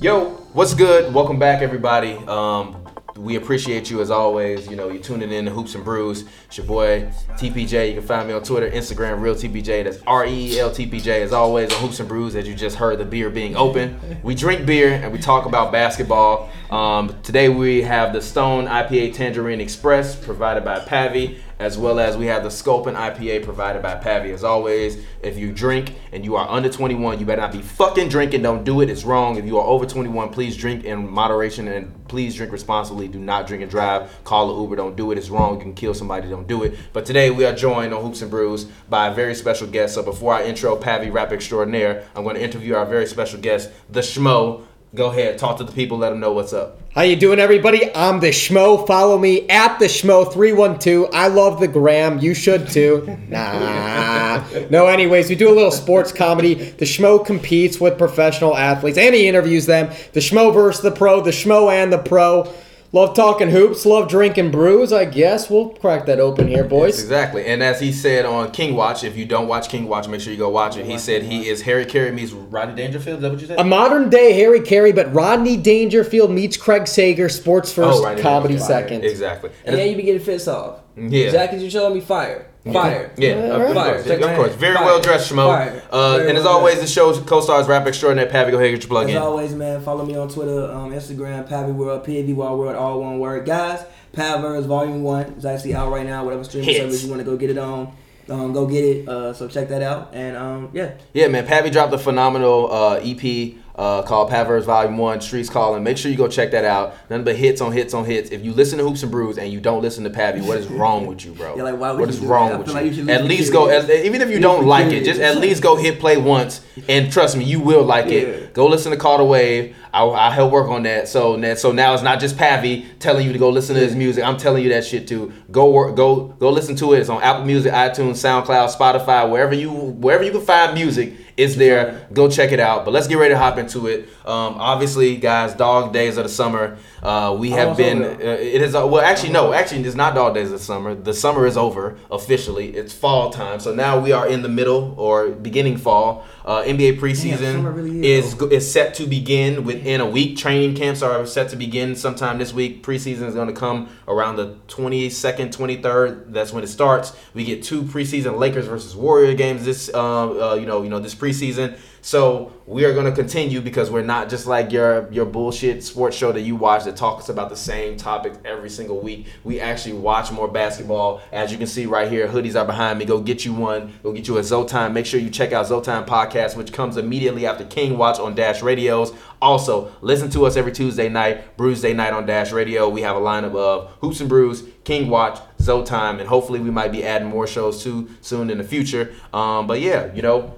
Yo, what's good? Welcome back, everybody. Um, we appreciate you as always. You know, you're tuning in to Hoops and Brews. It's your boy TPJ. You can find me on Twitter, Instagram, Real TPJ. That's R E E L T P J. As always, on Hoops and Brews, as you just heard, the beer being open. We drink beer and we talk about basketball. Um, today we have the Stone IPA Tangerine Express provided by Pavi, as well as we have the Sculpin IPA provided by Pavi. As always, if you drink and you are under 21, you better not be fucking drinking. Don't do it. It's wrong. If you are over 21, please drink in moderation and please drink responsibly. Do not drink and drive. Call an Uber. Don't do it. It's wrong. You can kill somebody. Don't do it. But today we are joined on Hoops and Brews by a very special guest. So before I intro Pavi Rap Extraordinaire, I'm going to interview our very special guest, the Schmo. Go ahead, talk to the people, let them know what's up. How you doing, everybody? I'm the Schmo. Follow me at the Schmo three one two. I love the gram. You should too. Nah. No. Anyways, we do a little sports comedy. The Schmo competes with professional athletes and he interviews them. The Schmo versus the pro. The Schmo and the pro. Love talking hoops. Love drinking brews. I guess we'll crack that open here, boys. Exactly. And as he said on King Watch, if you don't watch King Watch, make sure you go watch it. He said he is Harry Carey meets Rodney Dangerfield. Is that what you said? A modern day Harry Carey, but Rodney Dangerfield meets Craig Sager. Sports first, Oh, Rodney comedy Dangerfield. second. Exactly. And yeah, you be getting fist off. Yeah. Zach, is you showing me fire. Fire. Yeah, of, Fire. course, Check of my course. hand. Very Fire. well dressed, Shmo. Fire. Uh, Very and as well always, dressed. the show's co-stars rap extraordinaire. Pavi, go ahead get your plug As in. always, man, follow me on Twitter, um, Instagram, Pavi World, P-A-V-Y World, all one word. Guys, Pavers Volume 1 is actually out right now, whatever streaming Hits. service you want to go get it on. Um, go get it. Uh, so check that out. And um, yeah. Yeah, man. Pavi dropped a phenomenal uh, EP uh, called Pavers Volume One, Streets Calling. Make sure you go check that out. Nothing but hits on hits on hits. If you listen to Hoops and Brews and you don't listen to Pavi, what is wrong with you, bro? Yeah, like, why would what you is do wrong that? I with feel you? like you should at listen least to go. it. At, even if you You don't should like hear it, it. just at least go hit play once. And trust me, you will like Yeah. it. Go listen to Call Wave. I, I help work on that. So now, so now it's not just Pavi telling you to go listen to his music. I'm telling you that shit too. Go work, go go listen to it. It's on Apple Music, iTunes, SoundCloud, Spotify, wherever you wherever you can find music. It's there. Go check it out. But let's get ready to hop into it. Um, obviously, guys, dog days of the summer. Uh, we have Almost been. over. Uh, it is uh, well, actually, no, actually, it's not dog days of summer. The summer is over officially. It's fall time, so now we are in the middle or beginning fall. Uh, NBA preseason summer really is is is set to begin within a week. Training camps are set to begin sometime this week. Preseason is going to come around the 22nd, 23rd. That's when it starts. We get two preseason Lakers versus Warrior games this uh, uh, you know, you know, this preseason. So, we are going to continue because we're not just like your your bullshit sports show that you watch that talks about the same topics every single week. We actually watch more basketball. As you can see right here, hoodies are behind me. Go get you one. Go get you a Zotan. Make sure you check out Zotan podcast, which comes immediately after King Watch on Dash Radios. Also, listen to us every Tuesday night, Brews Day night on Dash Radio. We have a lineup of Hoops and Brews, King Watch, Zotan, and hopefully we might be adding more shows too soon in the future. Um, but yeah, you know,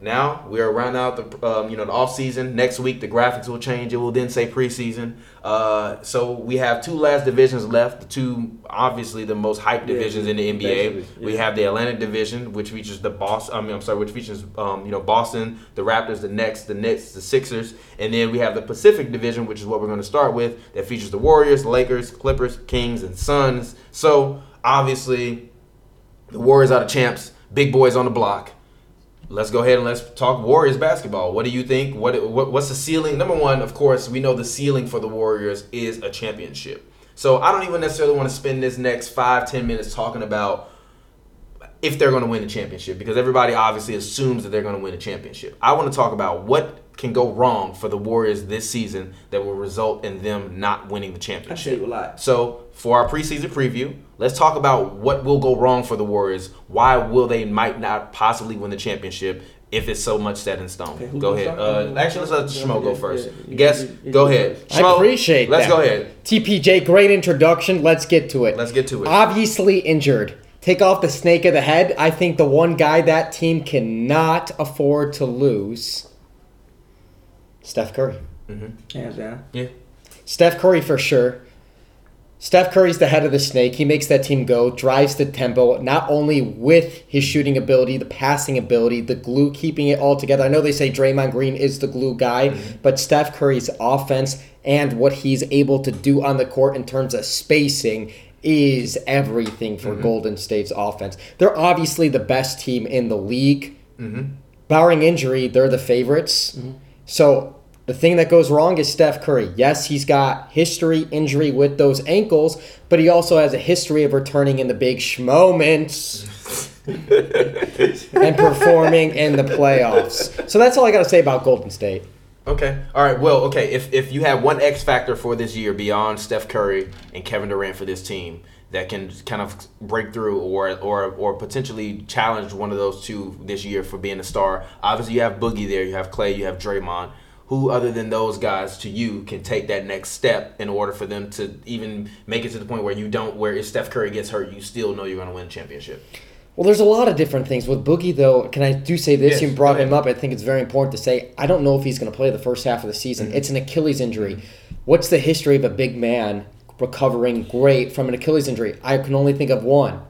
now we are rounding out the um, you know the off season. Next week the graphics will change. It will then say preseason. Uh, so we have two last divisions left. The two obviously the most hyped divisions in the NBA. basically, We have the Atlanta division, which features the Boston. I mean, I'm sorry, which features um, you know Boston, the Raptors, the Nets, the Knicks, the Sixers, and then we have the Pacific division, which is what we're going to start with. That features the Warriors, Lakers, Clippers, Kings, and Suns. So obviously the Warriors are the champs. Big boys on the block. Let's go ahead and let's talk Warriors basketball. What do you think? What, what what's the ceiling? Number one, of course, we know the ceiling for the Warriors is a championship. So I don't even necessarily want to spend this next five ten minutes talking about if they're going to win the championship because everybody obviously assumes that they're going to win a championship. I want to talk about what can go wrong for the Warriors this season that will result in them not winning the I championship. shave a lot. So for our preseason preview, let's talk about what will go wrong for the Warriors. Why will they might not possibly win the championship if it's so much set in stone? Okay, who go can ahead. start? Uh, actually, let's let Yeah, Schmo go yeah, first. yeah, you- Guess. you- you go go ahead. first. I Schmo, appreciate Let's that. go ahead. TPJ, great introduction. Let's get to it. Let's get to it. Obviously injured. Take off the snake of the head. I think the one guy that team cannot afford to lose, Steph Curry. Hands down. Yeah. Steph Curry for sure. Steph Curry's the head of the snake. He makes that team go, drives the tempo, not only with his shooting ability, the passing ability, the glue keeping it all together. I know they say Draymond Green is the glue guy, but Steph Curry's offense and what he's able to do on the court in terms of spacing is everything for Golden State's offense. They're obviously the best team in the league barring injury, they're the favorites. So The thing that goes wrong is Steph Curry. Yes, he's got history injury with those ankles, but he also has a history of returning in the big schmoments and performing in the playoffs. So that's all I got to say about Golden State. Okay. All right. Well, okay. If if you had one X factor for this year beyond Steph Curry and Kevin Durant for this team that can kind of break through or or or potentially challenge one of those two this year for being a star, obviously you have Boogie there, you have Clay, you have Draymond. Who other than those guys to you can take that next step in order for them to even make it to the point where you don't where if Steph Curry gets hurt, you still know you're going to win a championship. Well, there's a lot of different things with Boogie, though. Can I do say this? Yes, you brought go ahead. him up. I think it's very important to say. I don't know if he's going to play the first half of the season. Mm-hmm. It's an Achilles injury. What's the history of a big man recovering great from an Achilles injury? I can only think of one,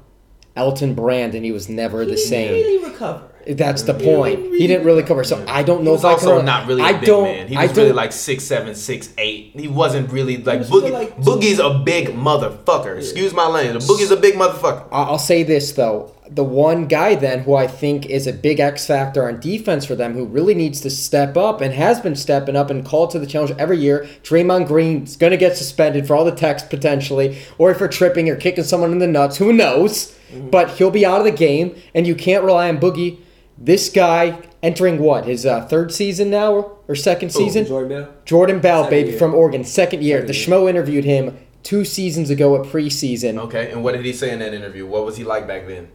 Elton Brand, and he was never the same. Really recover. That's the point. He didn't really cover. So I don't know He was if I can. also not really a I big don't. man. He I was really don't- like six seven, six eight. He wasn't really like was Boogie. still like- Boogie's a big motherfucker. Excuse my language. Boogie's a big motherfucker. I- I'll say this though. The one guy then who I think is a big X factor on defense for them, who really needs to step up and has been stepping up and called to the challenge every year, Draymond Green's going to get suspended for all the text potentially, or for tripping or kicking someone in the nuts. Who knows? Mm-hmm. But he'll be out of the game, and you can't rely on Boogie. This guy entering what his uh, third season now or, or second season? Oh, Jordan Bell. Jordan Bell, Second baby year. from Oregon, second year. the Second Schmo interviewed him two seasons ago at preseason. Okay, and what did he say in that interview? What was he like back then?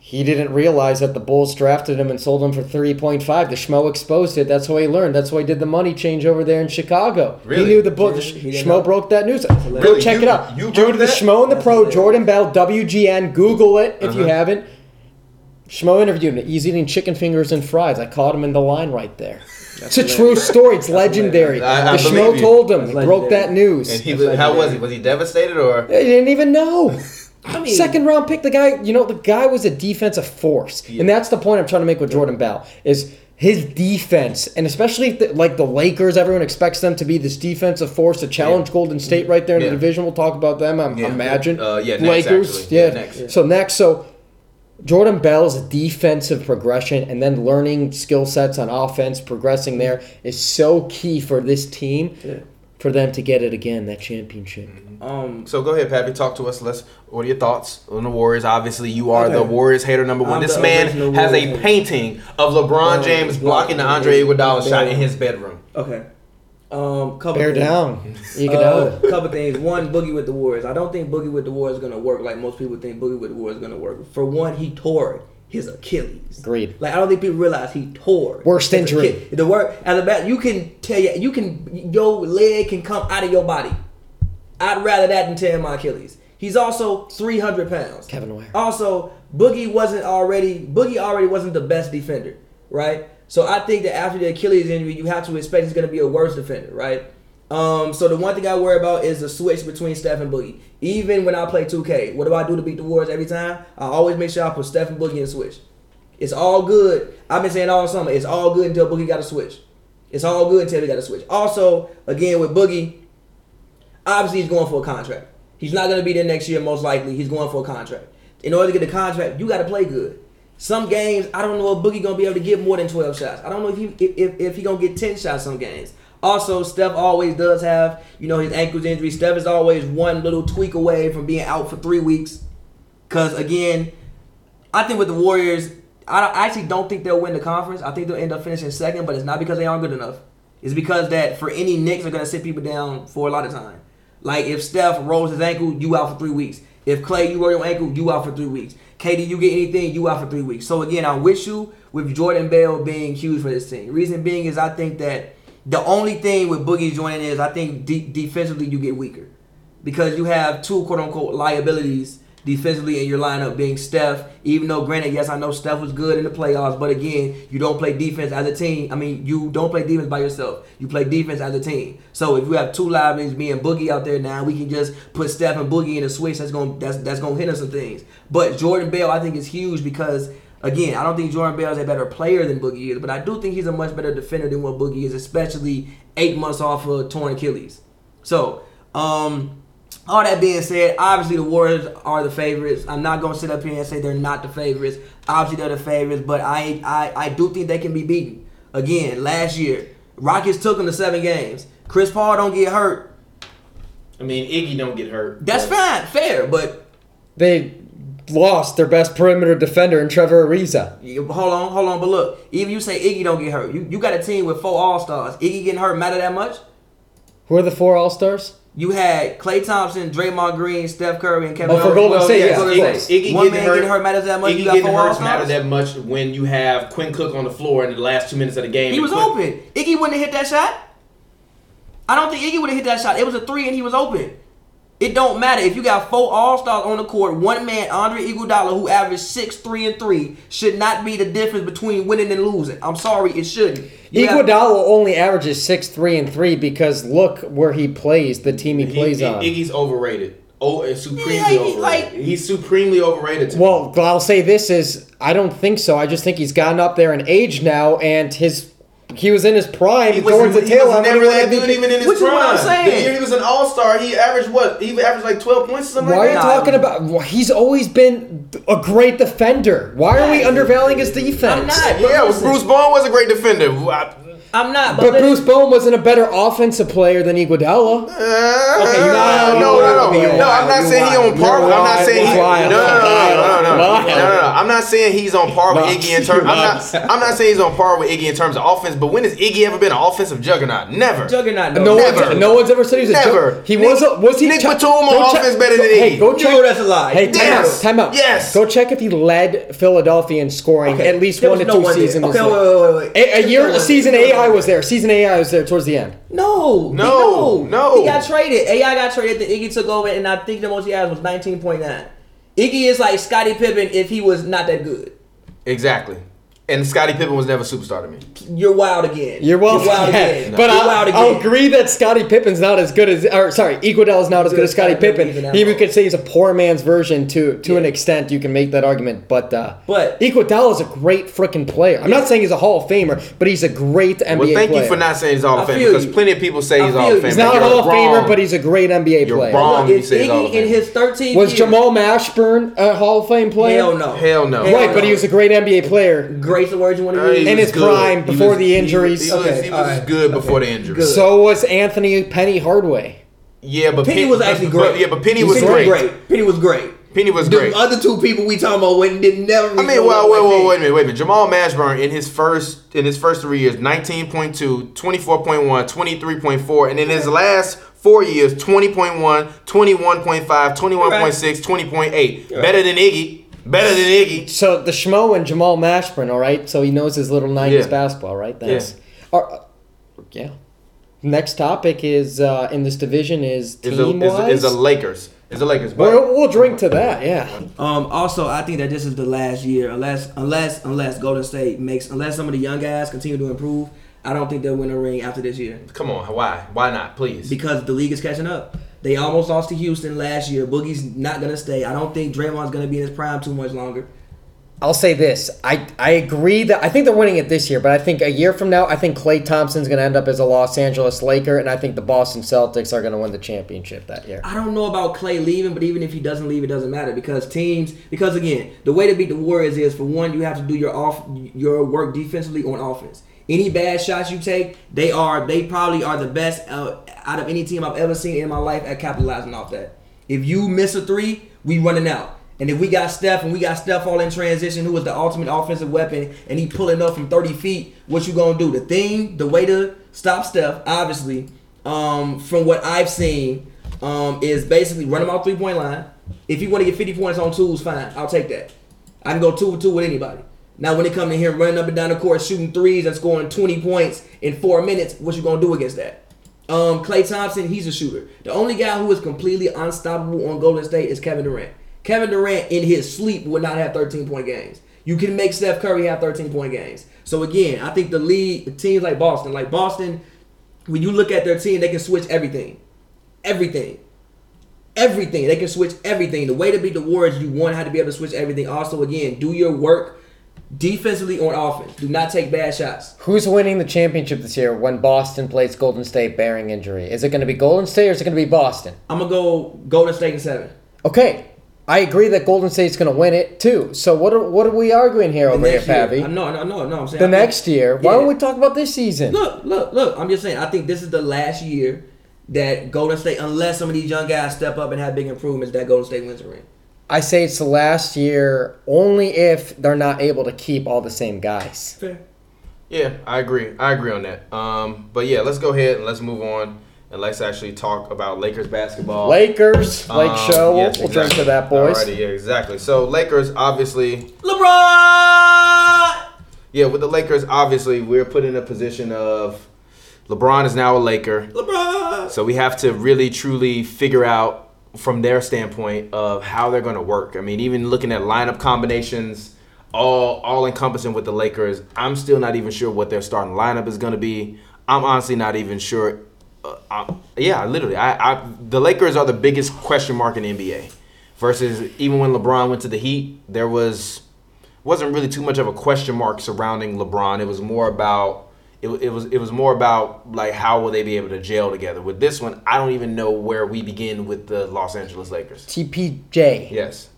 He didn't realize that the Bulls drafted him and sold him for 3.5. The Schmo exposed it. That's how he learned. That's why he did the money change over there in Chicago. Really? He knew the book. He didn't- he Schmo didn't know. broke that news. Go Really? check You- it out. you Dude, broke the that? Schmo and the That's Pro, hilarious. Jordan Bell, WGN. Google it if you Uh-huh. haven't. Schmo interviewed him. He's eating chicken fingers and fries. I caught him in the line right there. it's a true story. It's legendary. I- I the believe Schmo you. told him. That's He broke legendary. that news. And he That's was, like- how was he? Was he devastated or? They didn't even know. I mean, Second round pick, the guy, you know, the guy was a defensive force, and that's the point I'm trying to make with Jordan Bell is his defense, and especially if the, like the Lakers, everyone expects them to be this defensive force to challenge Golden State right there in Yeah. the division. We'll talk about them, I am Yeah. imagine. Uh, yeah, next, Lakers, actually. yeah. Yeah, next. So next, so Jordan Bell's defensive progression and then learning skill sets on offense, progressing there is so key for this team. For them to get it again, that championship. um, So go ahead, Pappy. Talk to us. Let's. What are your thoughts on the Warriors? Obviously, you are the Okay. Warriors hater number one. I'm this the man original has a Warriors. painting of LeBron Oh, James yeah. blocking the Andre Iguodala shot in Yeah. his bedroom. okay. Um, couple Oh, Bear things. down, Uh, you Uh, A can out. couple things. One, Boogie with the Warriors. I don't think Boogie with the Warriors is gonna work like most people think Boogie with the Warriors is gonna work. For one, he tore his Achilles. Agreed. Like I don't think people realize he tore Worst his injury. Achilles. The work at the back, you can tell you, you can your leg can come out of your body. I'd rather that than tearing my Achilles. He's also 300 pounds. Kevin Ware. Also, Boogie wasn't already Boogie already wasn't the best defender, right? So I think that after the Achilles injury, you have to expect he's going to be a worse defender, right? Um, so the one thing I worry about is the switch between Steph and Boogie. Even when I play 2K, what do I do to beat the Warriors every time? I always make sure I put Steph and Boogie in switch. It's all good. I've been saying all summer. It's all good until Boogie got a switch. It's all good until he got a switch. Also, again with Boogie, obviously he's going for a contract. He's not going to be there next year, most likely. He's going for a contract. In order to get a contract, you got to play good. Some games, I don't know if Boogie gonna be able to get more than twelve shots. I don't know if he if, if, if he gonna get ten shots some games. Also, Steph always does have you know his ankles injury. Steph is always one little tweak away from being out for three weeks. Cause again, I think with the Warriors, I, don't, I actually don't think they'll win the conference. I think they'll end up finishing second, but it's not because they aren't good enough. It's because that for any Knicks are gonna sit people down for a lot of time. Like if Steph rolls his ankle, you out for three weeks. If Clay, you roll your ankle, you out for three weeks. KD, you get anything, you out for three weeks. So again, I'm with you with Jordan Bell being huge for this team. Reason being is I think that the only thing with Boogie joining is I think de- defensively you get weaker because you have two quote unquote liabilities defensively in your lineup being Steph. Even though, granted, yes, I know Steph was good in the playoffs, but again, you don't play defense as a team. I mean, you don't play defense by yourself. You play defense as a team. So if you have two liabilities, me and Boogie out there now, we can just put Steph and Boogie in a switch. That's gonna that's that's gonna hit us some things. But Jordan Bell, I think, is huge because. Again, I don't think Jordan Bell is a better player than Boogie is, but I do think he's a much better defender than what Boogie is, especially eight months off of torn Achilles. So, um, all that being said, obviously the Warriors are the favorites. I'm not gonna sit up here and say they're not the favorites. Obviously they're the favorites, but I I, I do think they can be beaten. Again, last year Rockets took him to seven games. Chris Paul don't get hurt. I mean, Iggy don't get hurt. That's but- fine, fair, but They lost their best perimeter defender in Trevor Ariza. you- hold on, hold on. But look, even you say Iggy don't get hurt, you, you got a team with four All Stars. Iggy getting hurt matter that much? Who are the four All Stars? You had Klay Thompson, Draymond Green, Steph Curry, and Kevin Oh, for Durant. Golden State, yeah, Golden of Iggy, course. State. Iggy One getting man hurt, getting hurt matters that much. Iggy you got getting four hurt All matter Stars. that much when you have Quinn Cook on the floor in the last two minutes of the game. He and was Quinn- open. Iggy wouldn't have hit that shot. I don't think Iggy would have hit that shot. It was a three and he was open. It don't matter if you got four All Stars on the court. One man, Andre Iguodala, who averaged six, three, and three, should not be the difference between winning and losing. I'm sorry, it shouldn't. You have- Iguodala only averages six, three, and three because look where he plays, the team he, He- plays he- on. Iggy's overrated. Oh, and supremely Yeah, he- overrated. like- he's supremely overrated. To Well, I'll say this is I don't think so. I just think he's gotten up there in age now, and his he was in his prime He towards the wasn't, he tail was end. never when he that won dude MVP. even in his Which is prime. what I'm saying. The year he was an all star, he averaged what? He averaged like 12 points or something Why like are you that. Nah. talking about? well, He's always been a great defender. Why are we undervaluing his defense? I'm not. Yeah, But listen, Bruce Bowen was a great defender. I- I'm not. But But, listen, Bruce Bowen wasn't a better offensive player than Iguodala. Uh, you're no, wild, no, you're no, wild, no, you're no. I'm wild, not you're saying he wild, on par. you're with- I'm not wild, saying he. you're No, no, wild, no, no, no, no, no, wild. no, no, no. I'm not saying he's on par with Wild. Iggy in terms. I'm not. Wild. I'm not saying he's on par with Iggy in terms of offense. But when has Iggy ever been an offensive juggernaut? Never. Juggernaut, No, no. Never. One's, no one's ever said he was a Never. joke. He Nick- was. A, was he? Nick check- Batum on go check- offense better than go- Hey, Iggy. go You check. know that's a lie. Hey, time Yes. out. Time out. Yes. Go check if he led Philadelphia in scoring Okay, at least there one to was two no one there. seasons. Okay, this year. wait, wait, wait, wait. A, a There year, was no one season there. AI was there. Season AI was there towards the end. No, No, no, no. He got traded. AI got traded. Then Iggy took over, and I think the most he had was nineteen point nine. Iggy is like Scottie Pippen if he was not that good. Exactly. And Scottie Pippen was never a superstar to me. You're wild again. You're wild, yeah. again. But You're I, oh, wild again. I'll agree that Scottie Pippen's not as good as, or sorry, Iguodala is not as good as Scottie Scottie Pippen. Pippen even He out. we could say he's a poor man's version to to an Yeah. extent. You can make that argument, but uh, But- Iguodala is a great freaking player. I'm Yeah. not saying he's a Hall of Famer, but he's a great NBA. Well, thank player. you for not saying he's all I of fame feel because you. plenty of people say I he's feel all of you. fame. He's not a You're Hall of wrong. Famer, but he's a great NBA You're player. wrong. Look, is You say it's all Iggy the in time. his thirteen? Was years- Jamal Mashburn a Hall of Fame player? Hell no. Hell no. Right, but he was a great NBA player. Grace the words you want to Uh, he use. In was his prime, He before the he injuries. He was, he Okay, was alright. good before the injuries. Good. So was Anthony Penny Hardaway. Yeah, but Penny Pen- was actually but- great. yeah, but Penny was great. Penny was great. Penny was The great. other two people we talking about went did never. I mean, well, wait, wait, wait a minute, wait a minute. Jamal Mashburn in his first in his first three years, 19.2, 24.1, 23.4, and in his last four years, 20.1, 21.5, 21.6, 20.8. You're Better right. than Iggy. Better than Iggy. So the Schmo and Jamal Mashburn, all right. So he knows his little '90s Yeah. basketball, right? Thanks. Yeah. yeah. Next topic is uh, in this division is Is a, team is, a, wise. is a Lakers. Is a Lakers. But We'll, we'll drink to that. Yeah. Um, also, I think that this is the last year, unless unless unless Golden State makes unless some of the young guys continue to improve. I don't think they'll win a ring after this year come on, why? Why not? Please. because the league is catching up. They almost lost to Houston last year. Boogie's not gonna stay. I don't think Draymond's gonna be in his prime too much longer. I'll say this. I I agree that I think they're winning it this year, but I think a year from now, I think Clay Thompson's going to end up as a Los Angeles Laker, and I think the Boston Celtics are going to win the championship that year. I don't know about Clay leaving, but even if he doesn't leave, it doesn't matter because teams. Because again, the way to beat the Warriors is for one, you have to do your off your work defensively on offense. Any bad shots you take, they are they probably are the best uh, out of any team I've ever seen in my life at capitalizing off that. If you miss a three, we running out. And if we got Steph and we got Steph all in transition, who was the ultimate offensive weapon, and he pulling up from 30 feet, what you gonna do? The thing, the way to stop Steph, obviously, um, from what I've seen, um, is basically run him off three point line. If you want to get 50 points on twos, fine, I'll take that. I can go two for two with anybody. Now, when it comes to him running up and down the court, shooting threes and scoring 20 points in four minutes, what you gonna do against that? Um, Clay Thompson, he's a shooter. The only guy who is completely unstoppable on Golden State is Kevin Durant. Kevin Durant in his sleep would not have 13 point games. You can make Steph Curry have 13 point games. So again, I think the lead teams like Boston, like Boston, when you look at their team, they can switch everything, everything, everything. They can switch everything. The way to beat the Warriors, you one had to be able to switch everything. Also, again, do your work defensively on offense. Do not take bad shots. Who's winning the championship this year when Boston plays Golden State bearing injury? Is it going to be Golden State or is it going to be Boston? I'm gonna go Golden State in seven. Okay. I agree that Golden State's going to win it too. So what are what are we arguing here over here, next year. Pappy? I- No, no, no, no. I'm saying The I think- next year. Why Yeah. don't we talk about this season? Look, look, look. I'm just saying. I think this is the last year that Golden State, unless some of these young guys step up and have big improvements, that Golden State wins a ring. I say it's the last year only if they're not able to keep all the same guys. Fair. Yeah, I agree. I agree on that. Um, but yeah, let's go ahead and let's move on and let's actually talk about Lakers basketball. Lakers, Lake Um, Show. yes, we'll turn exactly. to that, boys. Alrighty, yeah, exactly. So Lakers, obviously, LeBron. yeah, with the Lakers, obviously, we're put in a position of LeBron is now a Laker, LeBron. so we have to really truly figure out from their standpoint of how they're going to work. I mean, even looking at lineup combinations, all all encompassing with the Lakers, I'm still not even sure what their starting lineup is going to be. I'm honestly not even sure. Uh, I, yeah, literally, I, I the Lakers are the biggest question mark in the NBA. Versus even when LeBron went to the Heat, there was wasn't really too much of a question mark surrounding LeBron. It was more about it, wa- it was it was more about like how will they be able to gel together. With this one, I don't even know where we begin with the Los Angeles Lakers. TPJ. Yes.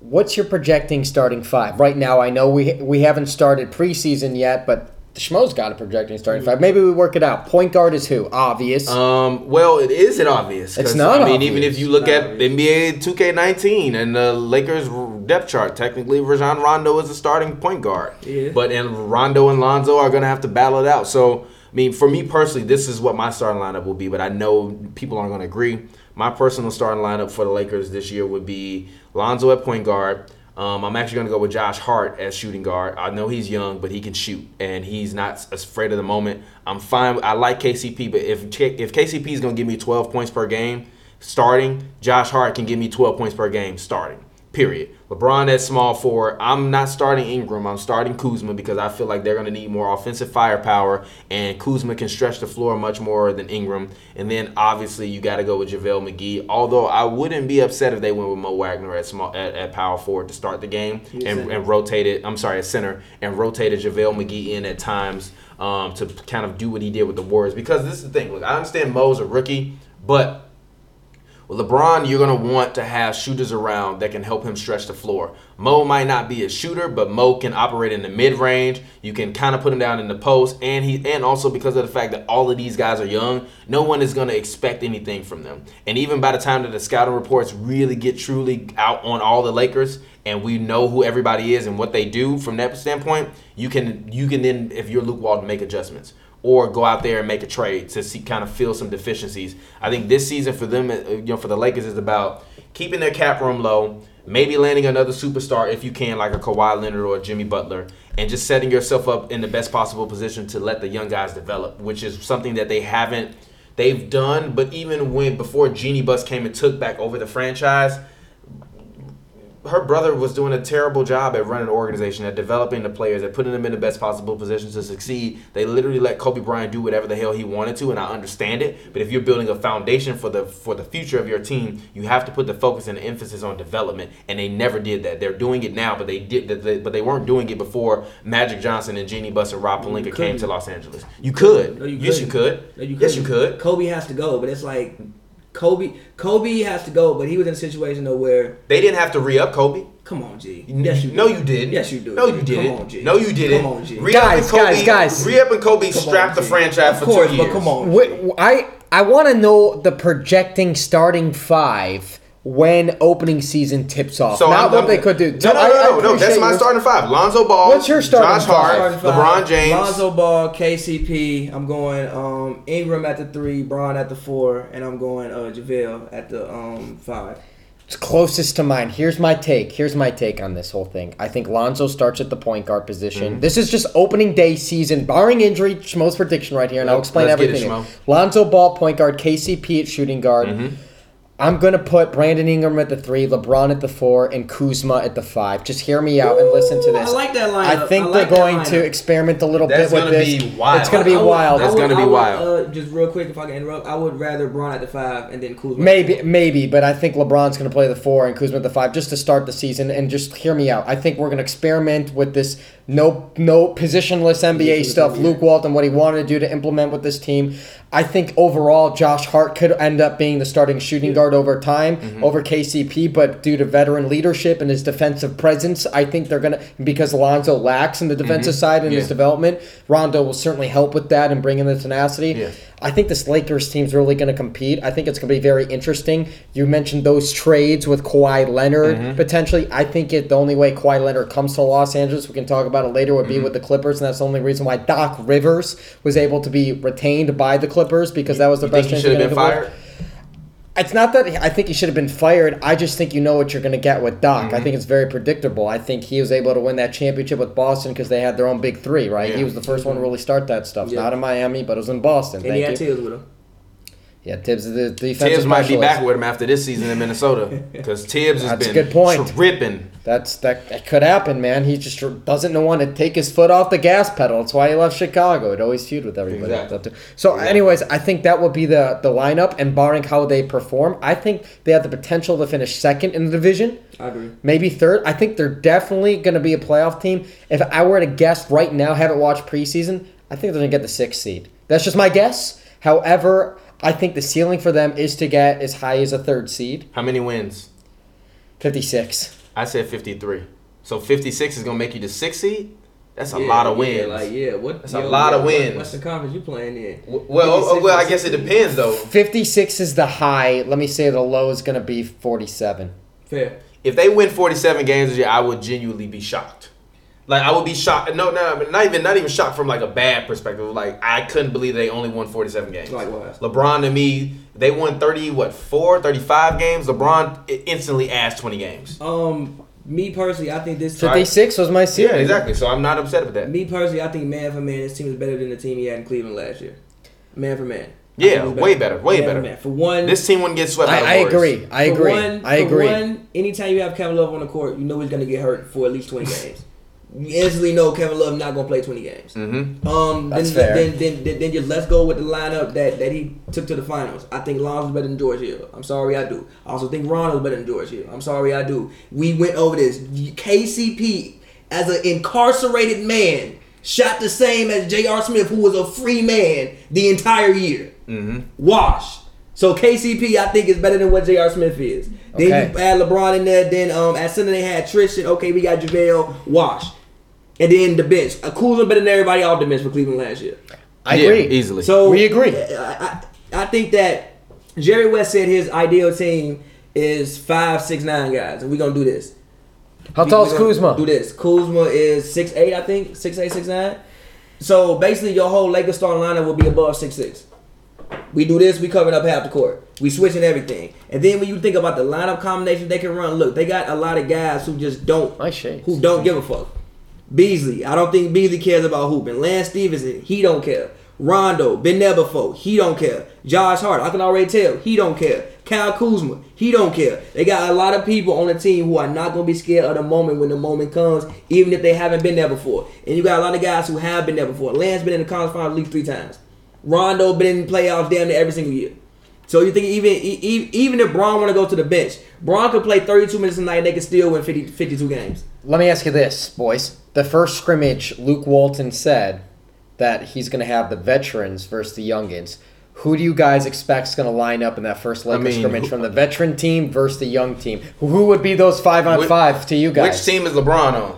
What's your projecting starting five right now? I know we we haven't started preseason yet, but the Schmo's got a projecting starting five. Maybe we work it out. Point guard is who? Obvious. Um, well, it isn't obvious. 'cause, It's not I mean, obvious. even if you look Not at obvious. NBA 2K19 and the Lakers depth chart, technically Rajon Rondo is the starting point guard. Yeah. But and Rondo and Lonzo are going to have to battle it out. So, I mean, for me personally, this is what my starting lineup will be, but I know people aren't going to agree. My personal starting lineup for the Lakers this year would be Lonzo at point guard. Um, I'm actually going to go with Josh Hart as shooting guard. I know he's young, but he can shoot, and he's not s- afraid of the moment. I'm fine. I like KCP, but if K- if KCP is going to give me 12 points per game starting, Josh Hart can give me 12 points per game starting. Period. LeBron at small forward. I'm not starting Ingram. I'm starting Kuzma because I feel like they're going to need more offensive firepower, and Kuzma can stretch the floor much more than Ingram. And then obviously you got to go with JaVale McGee. Although I wouldn't be upset if they went with Mo Wagner at small at, at power forward to start the game and, center. and rotated. I'm sorry, at center and rotated JaVale McGee in at times um, to kind of do what he did with the Warriors. Because this is the thing. Look, I understand Mo's a rookie, but with LeBron, you're going to want to have shooters around that can help him stretch the floor. Mo might not be a shooter, but Mo can operate in the mid-range. You can kind of put him down in the post, and he and also because of the fact that all of these guys are young, no one is going to expect anything from them. And even by the time that the scouting reports really get truly out on all the Lakers and we know who everybody is and what they do from that standpoint, you can you can then if you're Luke Walton make adjustments or go out there and make a trade to see kind of fill some deficiencies. I think this season for them, uh, you know, for the Lakers is about keeping their cap room low, maybe landing another superstar if you can, like a Kawhi Leonard or a Jimmy Butler, and just setting yourself up in the best possible position to let the young guys develop, which is something that they haven't they've done. But even when before Jeannie Bus came and took back over the franchise, her brother was doing a terrible job at running an organization, at developing the players, at putting them in the best possible positions to succeed. They literally let Kobe Bryant do whatever the hell he wanted to, and I understand it. But if you're building a foundation for the for the future of your team, you have to put the focus and the emphasis on development. And they never did that. They're doing it now, but they did, they, but they weren't doing it before Magic Johnson and Jeannie Buss and Rob Palinka came couldn't. to Los Angeles. You could, No, you yes, you couldn't. could, No, you yes, you couldn't. could. Kobe has to go, but it's like Kobe. Kobe has to go, but he was in a situation though where, They didn't have to re up Kobe. come on, G. Yes, you. Mm-hmm. no, do. you didn't. Yes, you do. No, you Come didn't. on, G. No, you didn't. Come on, G. Rhea and Guys, guys, guys. Rhea and Kobe Come on, strapped the G. franchise Of for course, two but years. come on. Wait, I I want to know the projecting starting five when opening season tips off. So Not I'm- what I'm- they could do. No, no, I- I no, no, no. That's appreciate my your- starting five. Lonzo Ball. What's your starting Josh Hart, five? LeBron James. Lonzo Ball, KCP. I'm going um, Ingram at the three, Braun at the four, and I'm going uh, JaVale at the um, five. It's closest to mine. Here's my take. Here's my take on this whole thing. I think Lonzo starts at the point guard position. This is just opening day season, barring injury. Schmo's prediction right here, and I'll Let's- explain let's get it, everything. Schmo. Lonzo Ball, point guard. KCP at shooting guard. I'm gonna put Brandon Ingram at the three, LeBron at the four, and Kuzma at the five. Just hear me out and listen to Ooh, I this. like that lineup. I think I they're like that going to lineup. experiment a little That's bit with gonna this. be wild. It's gonna I be would- wild. That's gonna be I wild. Uh, just real quick, if I can interrupt, I would rather Braun at the five and then Kuzma. Maybe, maybe, but I think LeBron's going to play the four and Kuzma at the five just to start the season. And just hear me out. I think we're going to experiment with this no no positionless NBA Positionless stuff. NBA. Luke Walton, what he wanted to do to implement with this team. I think overall, Josh Hart could end up being the starting shooting guard over time, over KCP. But due to veteran leadership and his defensive presence, I think they're gonna because Alonzo lacks in the defensive side and Yeah. his development. Rondo will certainly help with that and bring in the tenacity. Yeah. I think this Lakers team's really going to compete. I think it's going to be very interesting. You mentioned those trades with Kawhi Leonard Mm-hmm. potentially. I think it the only way Kawhi Leonard comes to Los Angeles, we can talk about it later, would Mm-hmm. be with the Clippers, and that's the only reason why Doc Rivers was able to be retained by the Clippers because that was the You think best he chance should to have get been a Clipper. fired? It's not that I think he should have been fired. I just think you know what you're going to get with Doc. Mm-hmm. I think it's very predictable. I think he was able to win that championship with Boston because they had their own big three, right? Yeah. Mm-hmm. He was the first one to really start that stuff. Yeah. Not in Miami, but it was in Boston. And Thank he had you. tears with him. Yeah, Tibbs is the defensive Tibbs might be specialist. back with him after this season in Minnesota because Tibbs has That's a been good point. tripping. That's that, that could happen, man. He just doesn't want to take his foot off the gas pedal. That's why he left Chicago. It always feud with everybody. Exactly. Up to- So, Exactly. anyways, I think that would be the the lineup. And barring how they perform, I think they have the potential to finish second in the division, I agree. maybe third. I think they're definitely going to be a playoff team. If I were to guess right now, haven't watched preseason, I think they're going to get the sixth seed. That's just my guess. However, I think the ceiling for them is to get as high as a third seed, How many wins? fifty six. I said 53. So 56 is going to make you the sixth seed? That's a Yeah, lot of yeah, wins. like yeah, what? That's a lot of what- wins. What's the conference you playing in? W- well, oh, 56, well, I guess it 60. depends, though. 56 is the high. Let me say the low is going to be 47. Fair. If they win 47 games this year, I would genuinely be shocked. Like I would be shocked. No, no, but not even not even shocked from like a bad perspective. Like I couldn't believe they only won 47 games. Likewise. LeBron to me, they won 30 what, 4, 35 games. LeBron i- instantly adds 20 games. Um, me personally, I think this. Right. 56 was my Yeah, ceiling. exactly. So I'm not upset with that. Me personally, I think man for man, this team is better than the team he had in Cleveland last year. Man for man. I Yeah, think it's way better, way Man for better. man. For one, This team wouldn't get swept. by the I, I Warriors. agree. I for agree. One, I for agree. One, anytime you have Kevin Love on the court, you know he's gonna get hurt for at least twenty games. You instantly know Kevin Love not gonna play twenty games. Mhm. Um, That's then, fair. Then, then, then, then just let's go with the lineup that, that he took to the finals. I think Lonzo's better than George Hill. I'm sorry, I do. I also think Ronald's better than George Hill. I'm sorry, I do. We went over this. KCP, as an incarcerated man, shot the same as J.R. Smith, who was a free man the entire year. Mm-hmm. Wash. So KCP, I think, is better than what J.R. Smith is. Then you Okay. add LeBron in there. Then um, at center they had Tristan. Okay, we got JaVale, Wash. And then the bench. Kuzma better than everybody off the bench for Cleveland last year. I Yeah, agree. easily. So We agree. I, I, I think that Jerry West said his ideal team is five, six, nine guys, and we're gonna do this. How We- tall we is gonna Kuzma? Do this. Kuzma is six eight, I think, six eight, six nine. So basically, your whole Lakers starting lineup will be above six six. We do this, we covering up half the court. We switching everything, and then when you think about the lineup combination they can run, look, they got a lot of guys who just don't My shades. who don't give a fuck. Beasley, I don't think Beasley cares about hooping. Lance Stevenson, he don't care. Rondo, Ben Neberfo, he don't care. Josh Hart, I can already tell, he don't care. Kyle Kuzma, he don't care. They got a lot of people on the team who are not gonna be scared of the moment when the moment comes, even if they haven't been there before. And you got a lot of guys who have been there before. Lance been in the conference finals at least three times. Rondo been in the playoffs damn near every single year. So you think even e- e- even if Braun want to go to the bench, Braun could play 32 minutes a night and they could still win 50, 52 games. Let me ask you this, boys. The first scrimmage, Luke Walton said that he's going to have the veterans versus the youngins. Who do you guys expect is going to line up in that first Lakers mean, scrimmage who- from the veteran team versus the young team? Who would be those five on Which- five to you guys? Which team is LeBron on?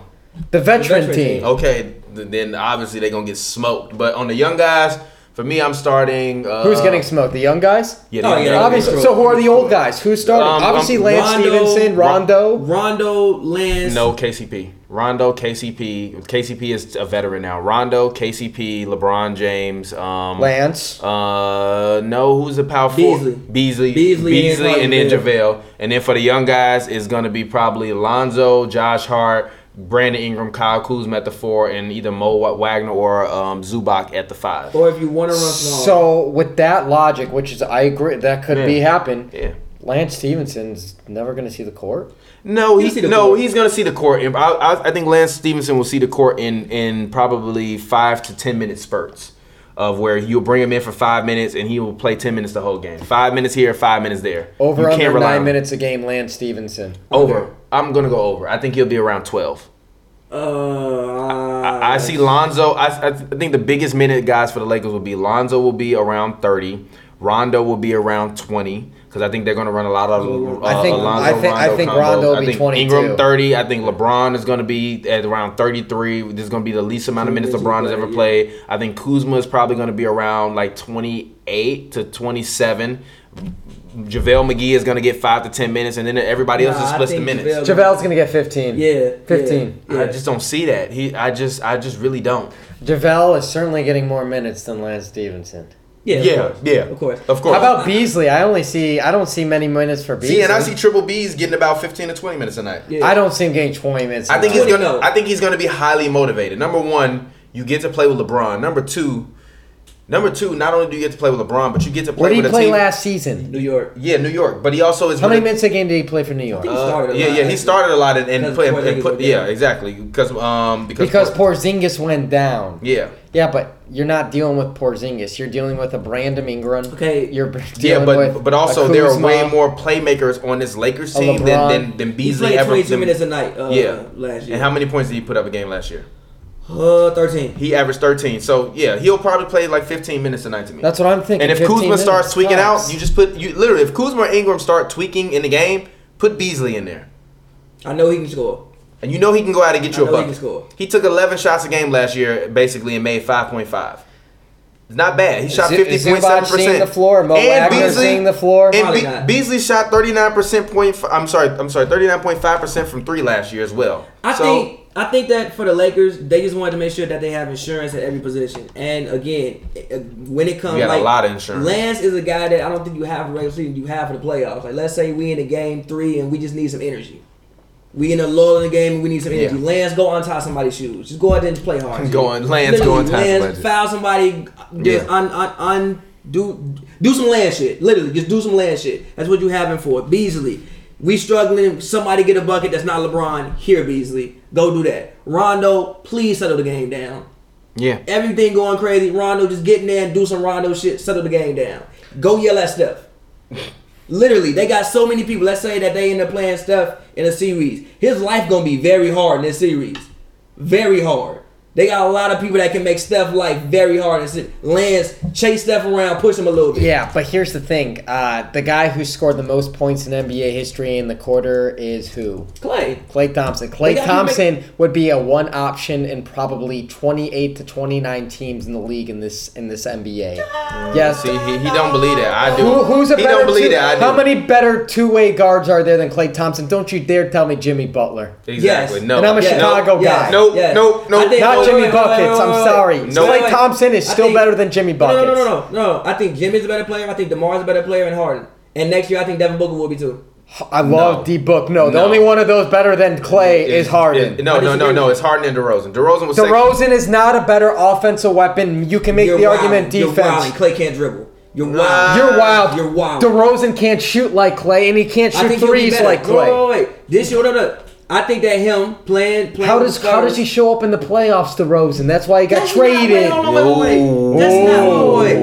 The veteran, veteran team. team. Okay, th- then obviously they're gonna get smoked. But on the young guys, for me, I'm starting. Uh, Who's getting smoked? The young guys? Yeah, the Oh, young yeah, guys. Obviously, so who are the old guys? Who's starting? Um, Obviously, um, Lance Stevenson, Rondo. Rondo, Lance. No KCP. Rondo, KCP. KCP is a veteran now. Rondo, KCP, LeBron James. Um, Lance. Uh, no, who's the power Beasley. forward? Beasley. Beasley and then Beasley, and then probably JaVale. And then for the young guys, it's going to be probably Lonzo, Josh Hart, Brandon Ingram, Kyle Kuzma at the four, and either Mo Wagner or um, Zubac at the five. Or if you want to run small. So with that logic, which is I agree that could be Yeah. happen. Yeah. Lance Stevenson's never going to see the court. No, He'll he's see the no, court. he's gonna see the court. And I, I, I think Lance Stevenson will see the court in in probably five to ten minute spurts of where you'll bring him in for five minutes and he will play ten minutes the whole game. Five minutes here, five minutes there. Over You can't under rely on nine him. minutes a game, Lance Stevenson. Over. I'm gonna go over. I think he'll be around twelve. Uh, I, I see Lonzo. I, I think the biggest minute guys for the Lakers will be Lonzo will be around thirty. Rondo will be around twenty because I think they're going to run a lot of uh, I think- Alonzo, I think- I Rondo think combos. Rondo will I be think 22. Ingram thirty. I think LeBron is going to be at around thirty three. This is going to be the least amount of minutes Kuzma's LeBron has ever played, yeah. played. I think Kuzma is probably going to be around like twenty eight to twenty seven. JaVale McGee is going to get five to ten minutes, and then everybody else Nah, is I splits the think minutes. JaVale JaVale's gonna get 15. yeah, 15. Yeah, I yeah. just don't see that. He, I just, I just really don't. JaVale is certainly getting more minutes than Lance Stevenson. yeah, of Yeah, course. yeah, of course. of course. How about Beasley? I only see I don't see many minutes for Beasley. Oh. See, and I see Triple B's getting about fifteen to twenty minutes a night. Yeah. I don't see him getting 20 minutes. I think a he's night. gonna. No. I think he's gonna be highly motivated. Number one, you get to play with LeBron. Number two, number two, not only do you get to play with LeBron, but you get to play What did with he a play team. last season? New York. yeah, New York, Uh, but he also is. How many with a- minutes a game did he play for New York? He started a yeah, lot, yeah, he actually. started a lot and, and Because put, Porzingis and put was yeah, down. exactly because um because Because Por- Porzingis went down. yeah Yeah, but you're not dealing with Porzingis. You're dealing with a Brandon Ingram. Okay. You're b- dealing yeah with but but also a there are Kuzma. way more playmakers on this Lakers A team LeBron. than than, than He Beasley played ever. 22 than- minutes a night uh, Yeah. last year. and how many points did he put up a game last year? Uh, 13. He averaged 13. So yeah, he'll probably play like 15 minutes tonight to me. That's what I'm thinking. and if 15 Kuzma minutes, starts tweaking tops. out, you just put you literally if Kuzma or Ingram start tweaking in the game, put Beasley in there. I know he can score. And you know he can go out and get you I a know he bucket. can score. He took 11 shots a game last year, basically, and made 5.5. It's not bad. He shot Z- 50.7 Zubac seeing percent. the floor, Mo Wagner seeing the floor. And Probably Be- not. Beasley shot 39 percent point. f- I'm sorry. I'm sorry. 39.5 percent from three last year as well. I So- think I think that for the Lakers, they just wanted to make sure that they have insurance at every position. And again, it- uh, when it comes, We got a like, lot of insurance. Lance is a guy that I don't think you have for regular season. You have for the playoffs. Like let's say we in a game three and we just need some energy. We in a lull in the game and we need some energy. Yeah. Lance, go untie somebody's shoes. Just go out there and play hard. Go on- Lance, go Literally, untie Lance, somebody's- Foul somebody. Just Yeah. un, un, un, do do some Lance shit. Literally, just do some Lance shit. That's what you having for Beasley. We struggling. Somebody get a bucket. That's not LeBron. Here, Beasley, go do that. Rondo, please settle the game down. yeah. Everything going crazy. Rondo just getting there and do some Rondo shit. Settle the game down. Go yell at Steph. Literally, they got so many people. Let's say that they end up playing Steph in a series. His life gonna be very hard in this series. Very hard. They got a lot of people that can make Steph life very hard. And sit. Lance chase Steph around, push him a little bit. Yeah, but here's the thing: uh, the guy who scored the most points in NBA history in the quarter is who? Clay. Clay Thompson. Clay They gotta be Thompson would be a one option in probably 28 to 29 teams in the league in this in this NBA. Yes. See, he, he don't believe that. I do. Who, who's a he better don't believe two- that. I do. How many better two-way guards are there than Clay Thompson? Don't you dare tell me Jimmy Butler. Exactly. Yes. No. And I'm a No. Chicago No. guy. Nope. Nope. Nope. I think- Not wait, Jimmy wait, wait, Buckets. wait, wait, I'm wait. sorry. No. Clay Wait, wait. Thompson is I still think- better than Jimmy No, Buckets. No, no, no, no, no, no. I think Jimmy's a better player. I think DeMar's a better player and Harden. And next year, I think Devin Booker will be too. I love No. D Book. No, the No. only one of those better than Clay is Harden. No, no, I no, disagree no. with It's Harden and DeRozan. DeRozan was second. DeRozan is not a better offensive weapon. You can make the wilding. argument You're wilding. defense. Clay can't dribble. You're wild. You're wild. You're wild. DeRozan can't shoot like Clay, and he can't shoot he'll be threes better. like No, Clay. no, wait, wait. This year, no, no. I think that him playing, playing How with does the how does he starters- show up in the playoffs, DeRozan? That's why he got That's not- wait, traded. hold on, wait, wait, wait. That's not. Oh, wait.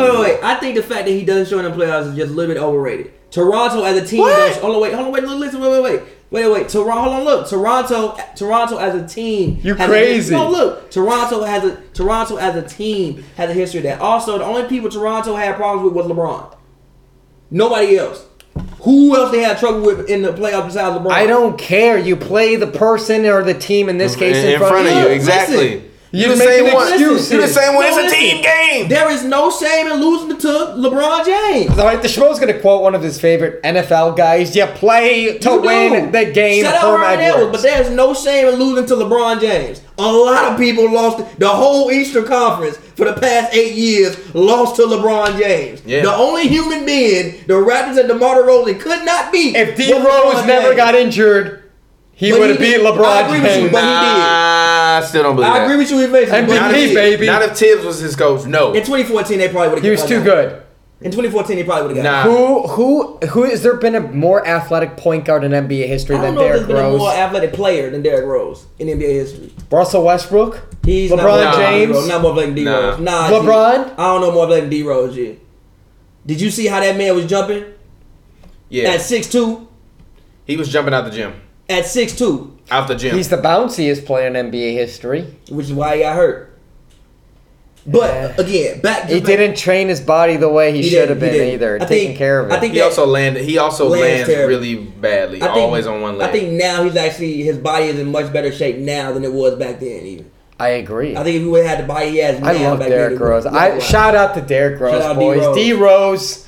Oh, wait. I think the fact that he doesn't show in the playoffs is just a little bit overrated. Toronto as a team. What? does- Hold on, wait. Hold on, wait. look, Listen, wait, wait, wait. Wait, wait, wait. Toronto, hold on, look. Toronto, Toronto as a team. You has crazy. A, no, look. Toronto has a Toronto as a team has a history of that. Also, the only people Toronto had problems with was LeBron. Nobody else. Who else they had trouble with in the playoffs besides LeBron? I don't care. You play the person or the team in this case in, front of of you. you. Listen. Exactly. You're You the making same one. You excuses. the same one. No, It's a listen. team game. There is no shame in losing to LeBron James. All right, the show's gonna quote one of his favorite NFL guys. You play to You win do. the game. Shout out Herm Herm Edwards, Edwards. but there's no shame in losing to LeBron James. A lot of people lost the whole Eastern Conference for the past eight years. Lost to LeBron James. Yeah. The only human being the Raptors and DeMar DeRozan could not beat. if D was Rose LeBron never James. got injured, he But would he have beat did. I LeBron agree with you, James. but he I still don't believe I that. agree with you, eventually, but MVP, Not he if, did. baby. Not if Tibbs was his coach. No. In 2014, they probably would have. He was too good. In 2014, they probably would have. Nah. Who who who has there been a more athletic point guard in NBA history I than don't know if there's Derrick been a more Rose? athletic player than Derrick Rose in NBA history. Russell Westbrook? He's not LeBron more than James? D-Rose, not more than D Nah. Rose. Nah, LeBron? G. I don't know more than D Rose. Yeah. Did you see how that man was jumping Yeah. at six two? He was jumping out the gym. at six two, Out the gym. He's the bounciest player in NBA history. which is why he got hurt. But Yeah. again, back He didn't train his body the way he, He should didn't, have he been didn't. either. I taking think- care of it. I think he also landed. He also Lands lands, terrible. really badly. I think- always on one leg. I think now he's actually his body is in much better shape now than it was back then. Even I agree. I think if he would have had the body he has now, I love back then, Derrick it would- Rose. yeah, I wow. shout out to Derrick Rose, out D boys. Rose. D Rose,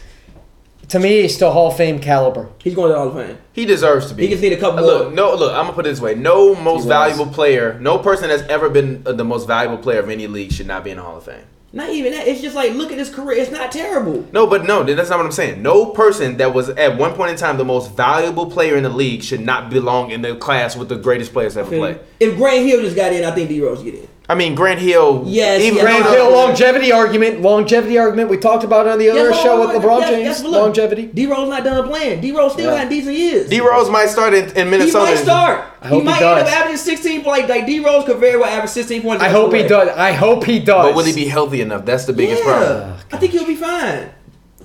to me, he's still Hall of Fame caliber. He's going to the Hall of Fame. He deserves to be. Uh, He just need a couple look, more. No, look, I'm gonna put it this way: no most was. valuable player, no person that's ever been uh, the most valuable player of any league should not be in the Hall of Fame. Not even that. It's just like look at his career. It's not terrible. No, but no, that's not what I'm saying. No person that was at one point in time the most valuable player in the league should not belong in the class with the greatest players to ever play. If Grant Hill just got in, I think D Rose get in. I mean, Grant Hill. Yes, even yes. Grant Grant no. Hill longevity argument. Longevity argument. We talked about it on the Yes, other but show hold with on, LeBron yes, James. yes, but look, longevity. D Rose not done playing. D Rose still Yeah. had decent years. D Rose might start in, in he Minnesota. might start. I hope he he might end does. up averaging 16 like like D Rose could very well average 16 points. I in hope he LA. does. I hope he does. But will he be healthy enough? That's the biggest yeah. problem. I think he'll be fine.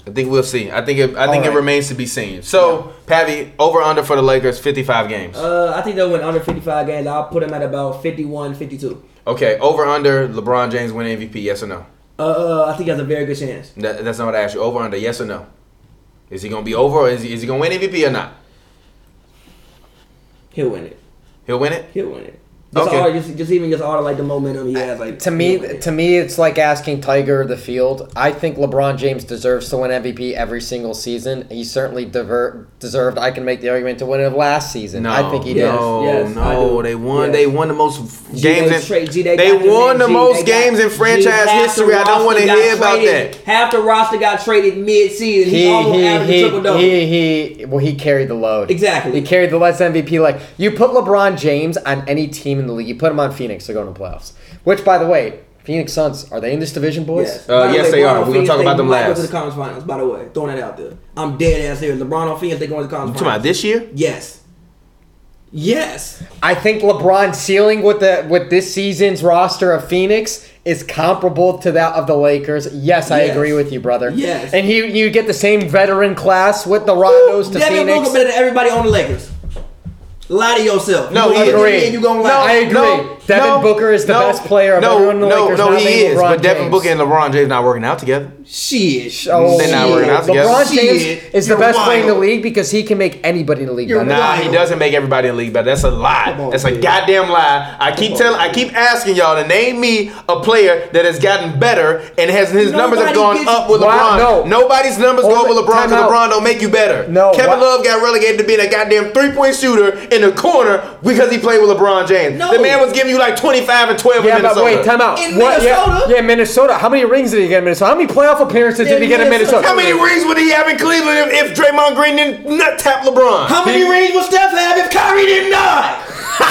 I think we'll see. I think it, I think right. it remains to be seen. So, Pavi, over under for the Lakers, 55 games. Uh, I think they'll win under 55 games. I'll put him at about 51, 52. Okay, over under LeBron James win MVP, yes or no? Uh, I think he has a very good chance. That, that's not what I asked you. Over under, yes or no? Is he gonna be over or is he, is he gonna win MVP or not? He'll win it. He'll win it. He'll win it. Just, Okay. all, just, just even just all the, like the momentum he has. Like To he'll me, win it. to me, it's like asking Tiger of the field. I think LeBron James deserves to win MVP every single season. He certainly dever- deserved. I can make the argument to win it last season. No, I think he Yes, does. no, yes, I no. do. They won. Yes. They won the most f- games. in, tra- G, they got the won man, the G, most they got- games in G, franchise half the history. I don't want to roster got hear about traded. that. Half the roster got traded mid-season. He, He almost averaged a he triple double. he, he he well he carried the load. Exactly. He carried the less MVP like you put LeBron James on any team in the league. You put him on Phoenix, they're going to playoffs. Which by the way, Phoenix Suns, are they in this division, boys? Yes, Uh, By the yes, they LeBron are. on We're gonna Phoenix, talk they about them might go last. to the conference finals. By the way, throwing that out there. I'm dead ass serious. LeBron on Phoenix, they going to the conference Come on, finals. this year. Yes, yes. I think LeBron's ceiling with the with this season's roster of Phoenix is comparable to that of the Lakers. Yes, I Yes. agree with you, brother. Yes. And you you get the same veteran class with the Rondos to Devin Booker Phoenix. better than everybody on the Lakers. Lie to yourself. No, you he gonna is. look at me and You gonna lie? No, I agree. Devin Booker is the best player of everyone in the Lakers, No, not he named is. LeBron But Devin James. Booker and LeBron James not working out together. Shit. Oh, They're not Shit. working out together. LeBron James Shit. is the You're best player in the wild. league because he can make anybody in the league. You're better. wild. Nah, he Liar. doesn't make everybody in the league better. That's a lie. Come on, That's a dude. goddamn lie. I keep on, telling, I keep asking y'all to name me a player that has gotten better and has his numbers have Nobody gone gets- up with Why- LeBron. no. Nobody's numbers go Only- up with LeBron time because out. LeBron don't make you better. No, Kevin why- Love got relegated to being a goddamn three point shooter in the corner because he played with LeBron James. No. The man was giving you like twenty five and twelve Yeah, in but Minnesota. wait, time out. Yeah, In Minnesota? yeah, Minnesota. How many rings did he get in Minnesota? How many playoff appearances did In he get in Minnesota. Minnesota? How many rings would he have in Cleveland if, if Draymond Green didn't nut tap LeBron? How many rings would Steph have if Kyrie did not?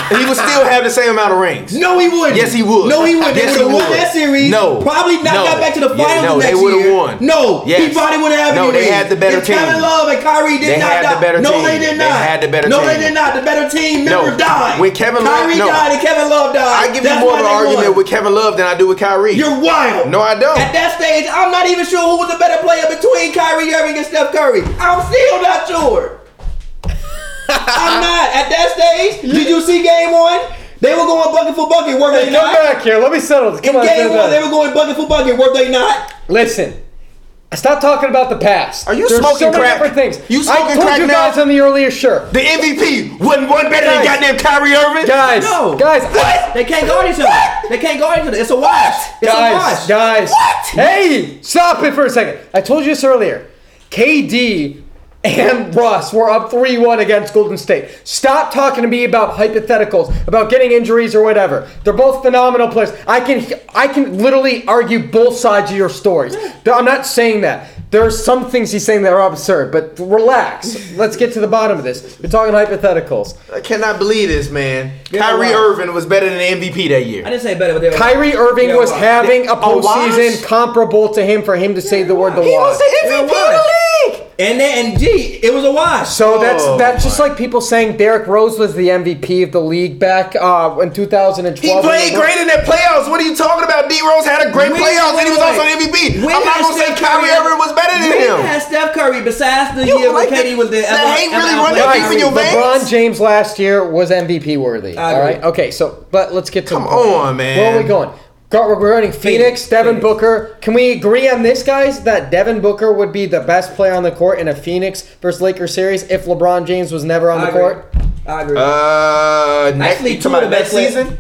he would still have the same amount of rings. No, he wouldn't. Yes, he would. No, he wouldn't. Yes, they he would have won would. that series. No. Probably not No. got back to the Yeah, finals no, they next would've year. won. No, he Yes. probably wouldn't have. No, any they rings. had the better if Kevin team. Love and Kyrie did They not had the die. better no, team. they did They not. had the better no, team. they did not. The better team member No. died. When Kevin Love- Kyrie no. died and Kevin Love died. I give you That's more why of an they argument won. with Kevin Love than I do with Kyrie. You're wild. No, I don't. At that stage, I'm not even sure who was the better player between Kyrie Irving and Steph Curry. I'm still not sure. I'm not. At that stage, did you see game one? They were going bucket for bucket, were they Hey, come not? back here. Let me settle this. In Come on, game settle one, down. they were going bucket for bucket, were they not? Listen, stop talking about the past. Are you There's smoking so many crack? Different things. You I smoking told crack you now? guys on the earlier show, The MVP wasn't one better than Guys. goddamn Kyrie Irving. guys. No. guys, They can't guard each other. They can't guard each other. It's a wash. It's a guys, wash. guys. What? Hey, stop it for a second. I told you this earlier. KD and Russ were up 3 1 against Golden State. Stop talking to me about hypotheticals, about getting injuries or whatever. They're both phenomenal players. I can I can literally argue both sides of your stories. I'm not saying that. There are some things he's saying that are absurd, but relax. Let's get to the bottom of this. We're talking hypotheticals. I cannot believe this, man. Yeah, Kyrie wow. Irving was better than the MVP that year. I didn't say better, but they were. Kyrie Irving Yeah, was why? having a A wash? postseason comparable to him for him to say the word the he wash. was the MVP of the league. And then, and gee, it was a wash. So that's Oh, that's just my. like people saying Derrick Rose was the MVP of the league back uh, in 2012. He played great in that playoffs. What are you talking about? D Rose had a great When- playoffs and he was wait, also wait. an MVP. When I'm not has gonna say Steph Kyrie Curry- Irving was better than when him. Has Steph Curry besides the You year like when KD that- was the that hate really running Kyrie. deep in your veins? LeBron James last year was MVP worthy. I All right. agree. Okay. So, but let's get to. Come the point. on, man. Where are we going? Go- We're running Phoenix, Phoenix, Devin Phoenix. Booker. Can we agree on this, guys? That Devin Booker would be the best player on the court in a Phoenix versus Lakers series if LeBron James was never on I the agree. court I agree. Uh, next, Actually, you talking two of about the next best players- season?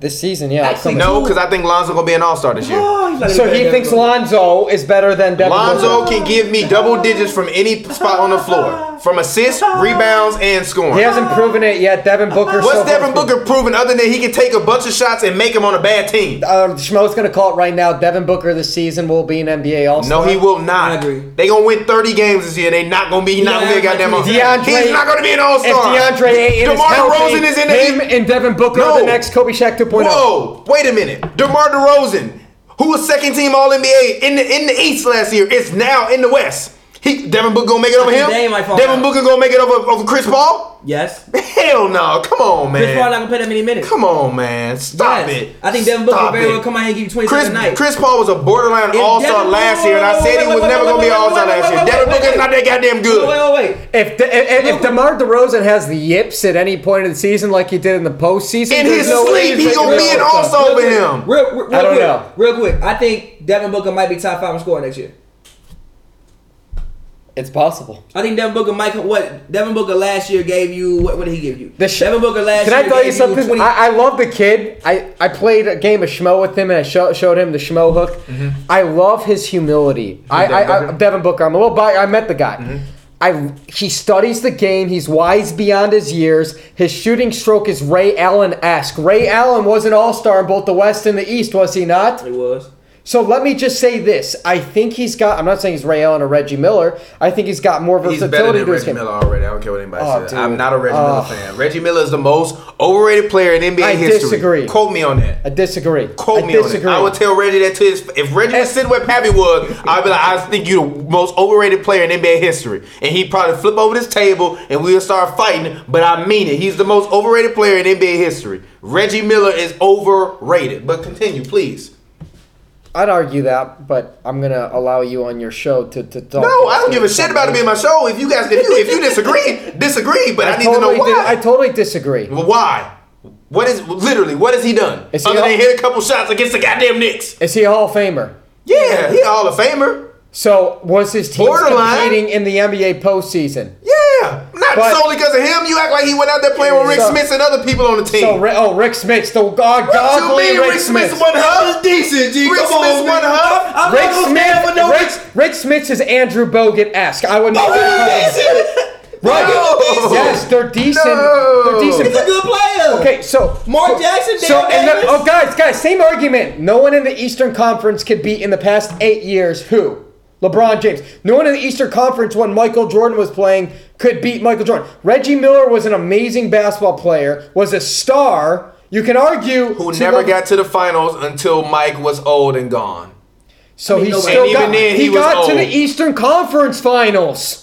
this season. Yeah. Actually, come on. No, because I think Lonzo gonna be an All Star this year. Oh, he's like a So he better thinks Devin Booker. Lonzo is better than Devin Lonzo Booker. can give me double digits from any spot on the floor, from assists, rebounds, and scoring. He hasn't proven it yet. Devin Booker. so What's far Devin has been- Booker proven other than he can take a bunch of shots and make them on a bad team? Uh, Schmo's gonna call it right now. Devin Booker this season will be an NBA All No, Star. he will not. I agree. They gonna win 30 games this year. They not gonna be. He's not gonna be a goddamn. all- DeAndre- he's not gonna be an all If star. DeAndre Ayton is DeMar healthy, DeRozan is in him it. and Devin Booker No. are the next Kobe Shaq oh. 2.0. Whoa, wait a minute. DeMar DeRozan, who was second team All NBA in the in the East last year, is now in the West. He Devin Booker gonna make it over think him. Dame might fall Devin out. Booker gonna make it over over Chris Paul. Yes. Hell no! Come on, man. Chris Paul not gonna play that many minutes. Come on, man. Stop Yes. it. I think Devin Booker Stop very it. well come out here and give you 20 Chris, a night. Chris Paul was a borderline If All Star Devin- last year, and I said he Wait, was wait, never wait, gonna be wait, All Star wait, last year. wait, Devin wait, Booker's wait. not that goddamn Wait, good. wait, wait. If, De- if, if DeMar DeRozan has the yips at any point of the season like he did in the postseason, In there's his no way sleep, he's he gonna making be an All-Star. All-Star. over quick, him. Real, real, real I don't quick, know. Real quick, I think Devin Booker might be top five in scoring next year. It's possible. I think Devin Booker might. What Devin Booker last year gave you? What, what did he give you? The sh- Devin Booker last Can year. I tell gave you something? 20 I, I love the kid. I, I played a game of Schmo with him and I show, showed him the Schmo hook. I love his humility. I, I, I Mm-hmm. Devin Booker. Mm-hmm. I'm a little bi- I met the guy. I he studies the game. He's wise beyond his years. His shooting stroke is Ray Allen esque. Ray Allen was an all star in both the West and the East, was he not? it was. So let me just say this. I think he's got. I'm not saying he's Ray Allen or Reggie Miller. I think he's got more He's better versatility than to his Reggie game. Miller already. I don't care what anybody Oh, says. dude. I'm not a Reggie Oh. Miller fan. Reggie Miller is the most overrated player in NBA I history. disagree. Quote me on I that. disagree. Quote I me disagree. on it. I would tell Reggie that to his. If Reggie was sitting where Pappy was, I'd be like, I think you're the most overrated player in NBA history. And he'd probably flip over this table and we'll start fighting. But I mean it. He's the most overrated player in NBA history. Reggie Miller is overrated. But continue, please. I'd argue that, but I'm gonna allow you on your show to to talk. No, I don't give a shit about it being my show. If you guys, if you, if you disagree, disagree. But I, need to know totally why. di- I totally disagree. Well, Why? What is literally what has he done? Is he Other all- than hit a couple shots against the goddamn Knicks. Is he a Hall of Famer? Yeah, he a Hall of Famer. So was his team Borderline. competing in the NBA postseason? Yeah, not But- solely because of him. You act like he went out there playing with Rick So- Smith and other people on the team. So Ri- oh, Rick Smith, the god, you godly mean Rick, Rick Smith. Smith won hub? decent. G. Rick Come on, Smith man. won hub. I'm Rick not gonna stand for Smith, no Rick, Rick Smith is Andrew Bogut esque. I would. Bogut not is decent. Right. Bogut is decent. Yes, they're decent. No. They're decent. He's a good player. Okay, so Mark so- Jackson, So Dan and the- Davis. oh, guys, guys, same argument. No one in the Eastern Conference could beat in the past eight years who LeBron James. No one in the Eastern Conference when Michael Jordan was playing could beat Michael Jordan. Reggie Miller was an amazing basketball player. Was a star. You can argue Who to never Le- got to the finals until Mike was old and gone. So he nobody- still And even got. then, he he was got to the old. Eastern Conference Finals.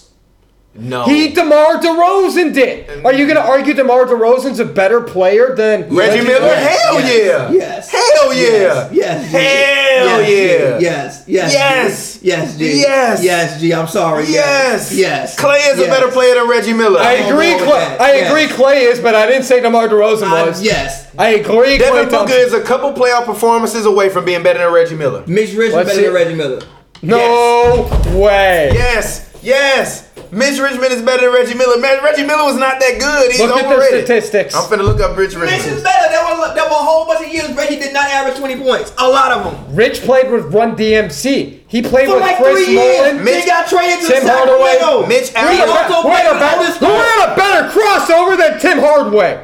No, He DeMar DeRozan did. Are you going to argue DeMar DeRozan's a better player than Reggie Miller. Hell yeah. Yes. Hell yeah. Yes. Yes. G. Hell yeah. yes, G. Yes. Yes. Yes. G. Yes. G. Yes. Yes. G. I'm sorry. Yes. Yes. Clay is Yes. a better player than Reggie Miller. I I'm agree, going with Clay. that. I Yes. agree, Clay is, but I didn't say DeMar DeRozan I- was. yes. I agree, Clay Uh, Devin Booker Thompson. is a couple playoff performances away from being better than Reggie Miller. Mitch Rich Let's better see. than Reggie Miller. No way. Yes, yes. Mitch Richmond is better than Reggie Miller. Man, Reggie Miller was not that good. He's Look at the overrated. statistics. I'm finna look up Rich Mitch is Richmond. better. There were there were a whole bunch of years Reggie did not average 20 points. A lot of them. Rich played with Run DMC. He played For with like Chris three years, Mullen. Mitch- they got traded to Tim Hardaway, Sacramento. Mitch We Allen. also Who played had, a with better, all this- who had a better crossover than Tim Hardaway?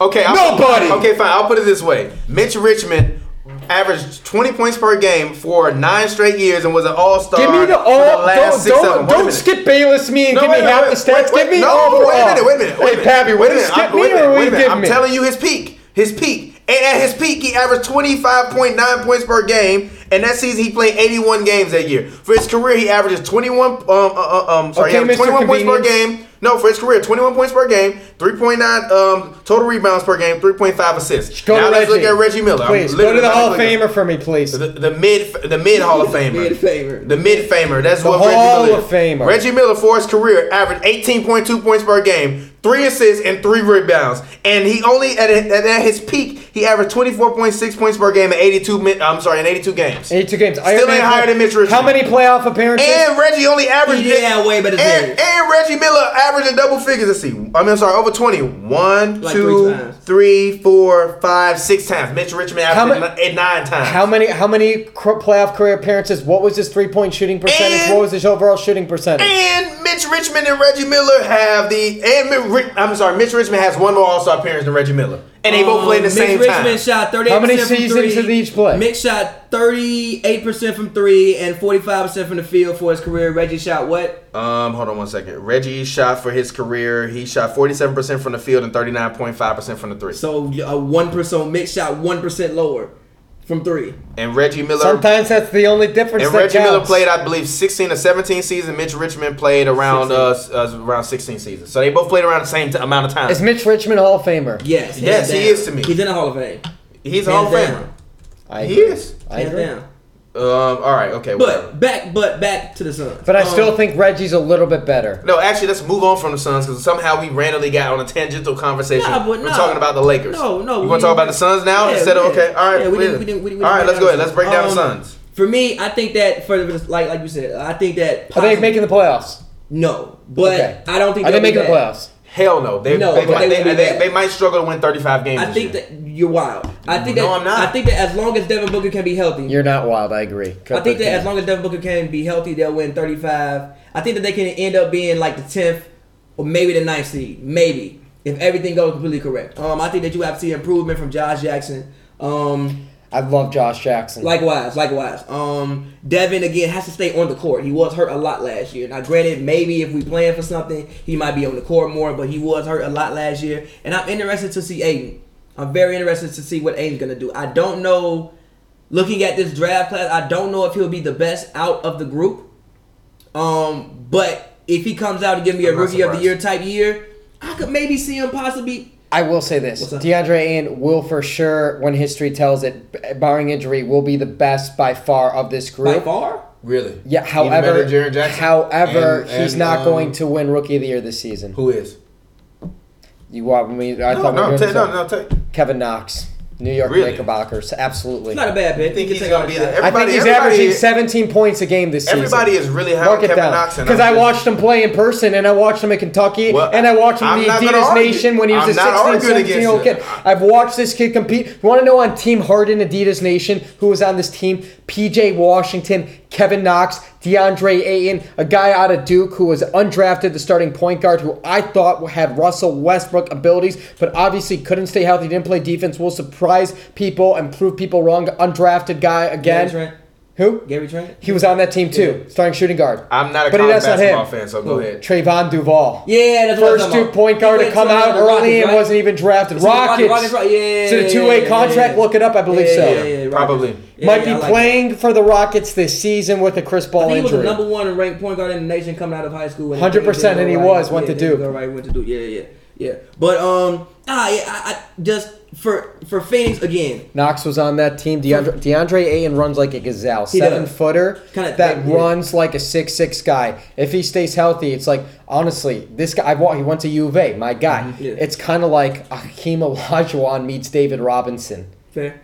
Okay, I'll, Nobody. Okay, fine. I'll put it this way: Mitch Richmond averaged 20 points per game for nine straight years and was an All Star. Give me the all. Don't, don't, don't skip Bayless me and give me half the stats. give me no, all. Wait a minute, wait a minute. Wait a Hey, minute, Pappy, wait wait a minute. Skip I'm, me wait a minute, or wait will a you minute. give I'm me? telling you his peak. His peak. And at his peak, he averaged 25.9 points per game And that season, he played 81 games that year. For his career, he averages 21. Um, uh, uh, um, sorry, he Okay, averaged Mr. 21 points per Convenience. game. No, for his career, 21 points per game, 3.9 um, total rebounds per game, 3.5 assists. Go now to let's Reggie. look at Reggie Miller. I'm Please go literally to the about Hall of look at- Famer for me, please. the, the mid the mid Hall of Famer. Mid-famer. The mid famer. That's The what Hall Reggie Miller. of Famer. Reggie Miller for his career averaged eighteen point two points per game, three assists and three rebounds, and he only at, at, at his peak he averaged twenty four point six points per game in eighty two. I'm sorry, in eighty two games. 82 games. Still ain't higher than Mitch Richmond. How many playoff appearances? And Reggie only averaged. He did have way better and, days. and Reggie Miller averaged in double figures this season. I mean, I'm sorry, over 20. One, Like two, three times. three, four, five, six times. Mitch Richmond averaged ma- it ni- it nine times. How many how many cr- playoff career appearances? What was his three point shooting percentage? And- what was his overall shooting percentage? And Mitch Richmond and Reggie Miller have the and Mi- Ri- I'm sorry, Mitch Richmond has one more All Star appearance than Reggie Miller, and they both played at the Oh, Mitch same Richmond time. shot 38% How many from seasons three. did each play? Mitch shot 38% from three and 45% from the field for his career. Reggie shot what? Um, hold on one second. Reggie shot for his career. He shot 47 percent from the field and 39.5 percent from the three. So a one percent. Mitch shot one percent lower from three. And Reggie Miller. Sometimes that's the only difference. and that Reggie Miller counts. played, I believe, 16 or 17 seasons. Mitch Richmond played around uh, s- uh, around 16 seasons. So they both played around the same t- amount of time. Is Mitch Richmond a Hall of Famer? Yes. hands Yes, he down. is to me. He's in the Hall of Fame. He's a Hall of Hands Famer. down. I He agree. is. I Hands agree. down. Um, all right, okay. whatever. But back, but back to the Suns. But I Um, still think Reggie's a little bit better. No, actually, let's move on from the Suns because somehow we randomly got on a tangential conversation. Nah, but We're nah. talking about the Lakers. No, no, You we want to talk didn't- about the Suns now Yeah, instead we of didn't. okay? All right, Yeah, we didn't- yeah. we didn't- we didn't- we all right. didn't Let's go break down ahead. Let's the break down the Suns. Um, Suns. For me, I think that for the- like like you said, I think that Are they possi- making the playoffs? no, but Okay. I don't think Are they they'll be making the back. playoffs? Hell no. They No, they, but might, they they, will be they- back. they might struggle to win 35 games. I this think year. that you're wild. I think No, that I'm not. I think that as long as Devin Booker can be healthy, You're not wild. I agree. I think that as long as Devin Booker can be healthy, they'll win 35. I think that they can end up being like the 10th or maybe the 9th seed. Maybe. If everything goes completely correct. Um, I think that you have to see improvement from Josh Jackson. Um, I love Josh Jackson. likewise, likewise. Um, Devin, again, has to stay on the court. He was hurt a lot last year. Now, granted, maybe if we plan for something, he might be on the court more, but he was hurt a lot last year. And I'm interested to see Aiden. I'm very interested to see what Aiden's going to do. I don't know looking at this draft class, I don't know if he'll be the best out of the group. Um, but if he comes out and give me I'm a not rookie of the surprised. year type year, I could maybe see him possibly. I will say this: What's up? DeAndre Ayton will, for sure, when history tells it, b- barring injury, will be the best by far of this By group. far, really? Yeah. Even better However, than Jaren Jackson? however, And- he's and, not um, going to win Rookie of the Year this season. Who is? You want me? I No, thought we were no, doing take, this no, up. no, take. I Kevin Knox, New York Really? Knickerbockers, absolutely. it's not a bad pick. think He he's can take gonna all be. the shots. I think everybody- he's everybody- averaging 17 points a game this season. Everybody is really high on Mark it Kevin down Knox, and because I'm I just- watched him play in person, and I watched him at Kentucky, Well, and I watched him I'm in the not gonna Adidas argue. Nation when he was I'm a not 16, arguing 17 year old against kid. you. I've watched this kid compete. You want to know on Team Harden Adidas Nation who was on this team? P.J. Washington, Kevin Knox, DeAndre Ayton, a guy out of Duke who was undrafted, the starting point guard who I thought had Russell Westbrook abilities, but obviously couldn't stay healthy, didn't play defense. Will surprise people and prove people wrong. Undrafted guy again. Gary Trent. Who? Gary Trent. He was on that team too, starting shooting guard. I'm not a But college that's not him. basketball fan, so go ahead. Trayvon Duval. Yeah, that's what I'm First talking Duke about. point guard He to went come to out the early Rockets, and right? wasn't even drafted. It's in the Rockets, Rockets. Rockets, right? Yeah, Is it a yeah, two-way yeah, contract? yeah. Look it up. I believe Yeah, so. yeah, yeah, Rockets. Probably. Yeah, Might yeah, I be like playing for the Rockets this season with a Chris it. I Paul think he was the injury. number one ranked point guard in the nation coming out of high school. 100%, and he was, went to yeah, Duke. All right, went to Duke. Yeah, yeah, yeah. But um, ah, yeah, I, I just for for Phoenix again. Knox was on that team. DeAndre, DeAndre Ayton runs like a gazelle, He does. seven footer Kinda that thick, yeah. runs like a six six guy. If he stays healthy, it's like honestly, this guy. I want. He went to U of A. My guy. Mm-hmm. Yeah. It's kind of like Hakeem Olajuwon meets David Robinson. Fair.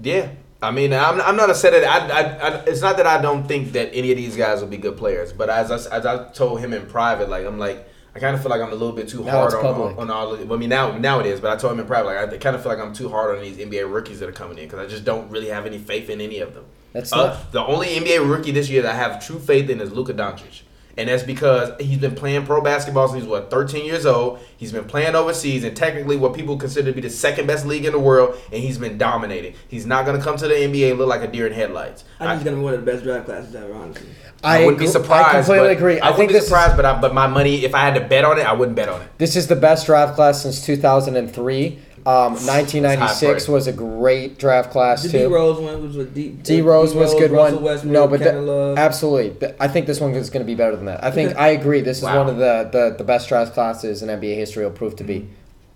Yeah. I mean, I'm, I'm not upset at I, I, I, It's not that I don't think that any of these guys will be good players, but as I, s- as I told him in private, like I'm like I kind of feel like I'm a little bit too Now hard it's on, public. on, on all. Of, I mean, now now it is, but I told him in private, like I kind of feel like I'm too hard on these NBA rookies that are coming in because I just don't really have any faith in any of them. That's Uh, not- the only NBA rookie this year that I have true faith in is Luka Doncic. And that's because he's been playing pro basketball since he's what 13 years old. He's been playing overseas and technically what people consider to be the second best league in the world, and he's been dominating. He's not gonna come to the NBA and look like a deer in headlights. I think he's gonna be one of the best draft classes ever, honestly. I wouldn't be agree- surprised. I completely but agree. I, I, wouldn't think be this is, surprised, but I, but my money, if I had to bet on it, I wouldn't bet on it. this is the best draft class since 2003. Um, 1996 heartbreaking. was a great draft class The too. D Rose one was with D. D Rose was a good Russell one. Westbrook, no, but Kevin th- Love. absolutely. Th- I think this one is going to be better than that. I think Okay. I agree. This is Wow. one of the, the, the best draft classes in NBA history will prove to be.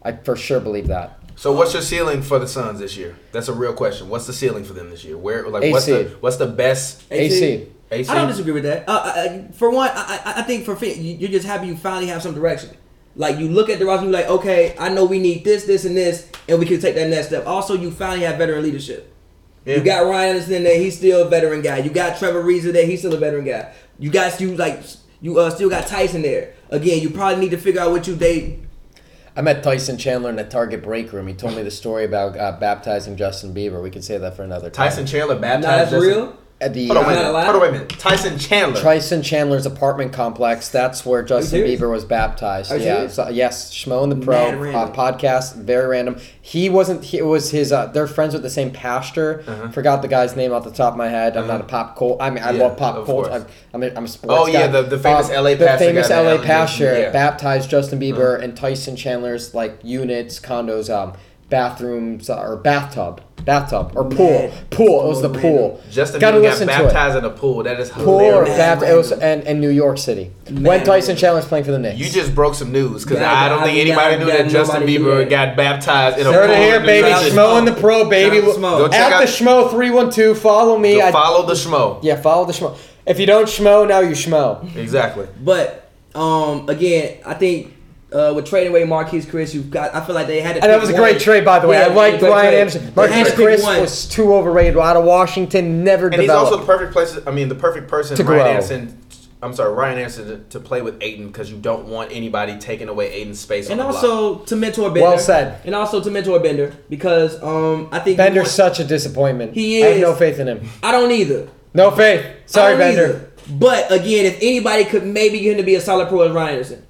I for sure believe that. So what's your ceiling for the Suns this year? That's a real question. What's the ceiling for them this year? Where like what's AC. the what's the best AC. AC? I don't disagree with that. Uh, I, I- for one, I, I I think for Phoenix, you- you're just happy you finally have some direction. Like you look at the roster, you're like, okay, I know we need this, this, and this, and we can take that next step. Also, you finally have veteran leadership. Yeah. You got Ryan Anderson there; he's still a veteran guy. You got Trevor Reeves there; he's still a veteran guy. You got you like you uh, still got Tyson there. Again, you probably need to figure out what you they I met Tyson Chandler in the Target break room. He told me the story about uh, baptizing Justin Bieber. We can say that for another time. Tyson Chandler nah, baptized. that's Justin- real. At the Hold on, I'm wait a not minute. allowed. Hold on, wait a minute. Tyson Chandler. Tyson Chandler's apartment complex. That's where Justin serious? Bieber was baptized. Are you yeah. serious? so- yes. Schmo and the Mad Pro uh, random. podcast. Very random. He wasn't. He, it was his. Uh, they're friends with the same pastor. Uh-huh. Forgot the guy's name off the top of my head. I'm not a pop cult. I mean, I Yeah, love pop of cult. course. I'm, I'm, a, I'm a sports. Oh, yeah, guy. Uh, the- the famous LA The pastor famous guy that LA Allen- pastor yeah. Uh-huh. baptized Justin Bieber and Tyson Chandler's like units, condos, um, bathrooms uh, or bathtub, bathtub or pool, Mad. pool. It was the Random. pool. Justin Gotta Bieber got listen to it. baptized in a pool. That is Poor hilarious. Bapt- Man. it was and, and New York City. When Man. Tyson Chandler's playing for the Knicks. You just broke some news because Yeah, I don't I- think I- anybody I- knew I- that Justin nobody knew Bieber that. got baptized in a Heard pool. it here, in New baby. York. Shout Schmo and the pro, baby. Shout out to Schmo. Go check At out- the Schmo three one two. Follow me. I, Follow the Schmo. yeah, follow the Schmo. If you don't Schmo, now you Schmo. Exactly. But um, again, I think uh, with trading away Marquise Chris, you've got. I feel like they had. To And that pick was a one. great trade, by the way. Yeah, I it was a liked great Ryan trade. Anderson. They had Marquise to pick Chris one. was too overrated. Out of Washington, never And he's also the perfect developed. place. I mean, the perfect person, To Ryan grow. Anderson. I'm sorry, Ryan Anderson to, to play with Aiden because you don't want anybody taking away Aiden's space. and on the block. also to mentor Bender. Well said. And also to mentor Bender because um, I think Bender's such a disappointment. He I have is. no faith in him. I don't either. No faith. I Sorry, don't Bender. either. But again, if anybody could maybe get him to be a solid pro, is Ryan Anderson.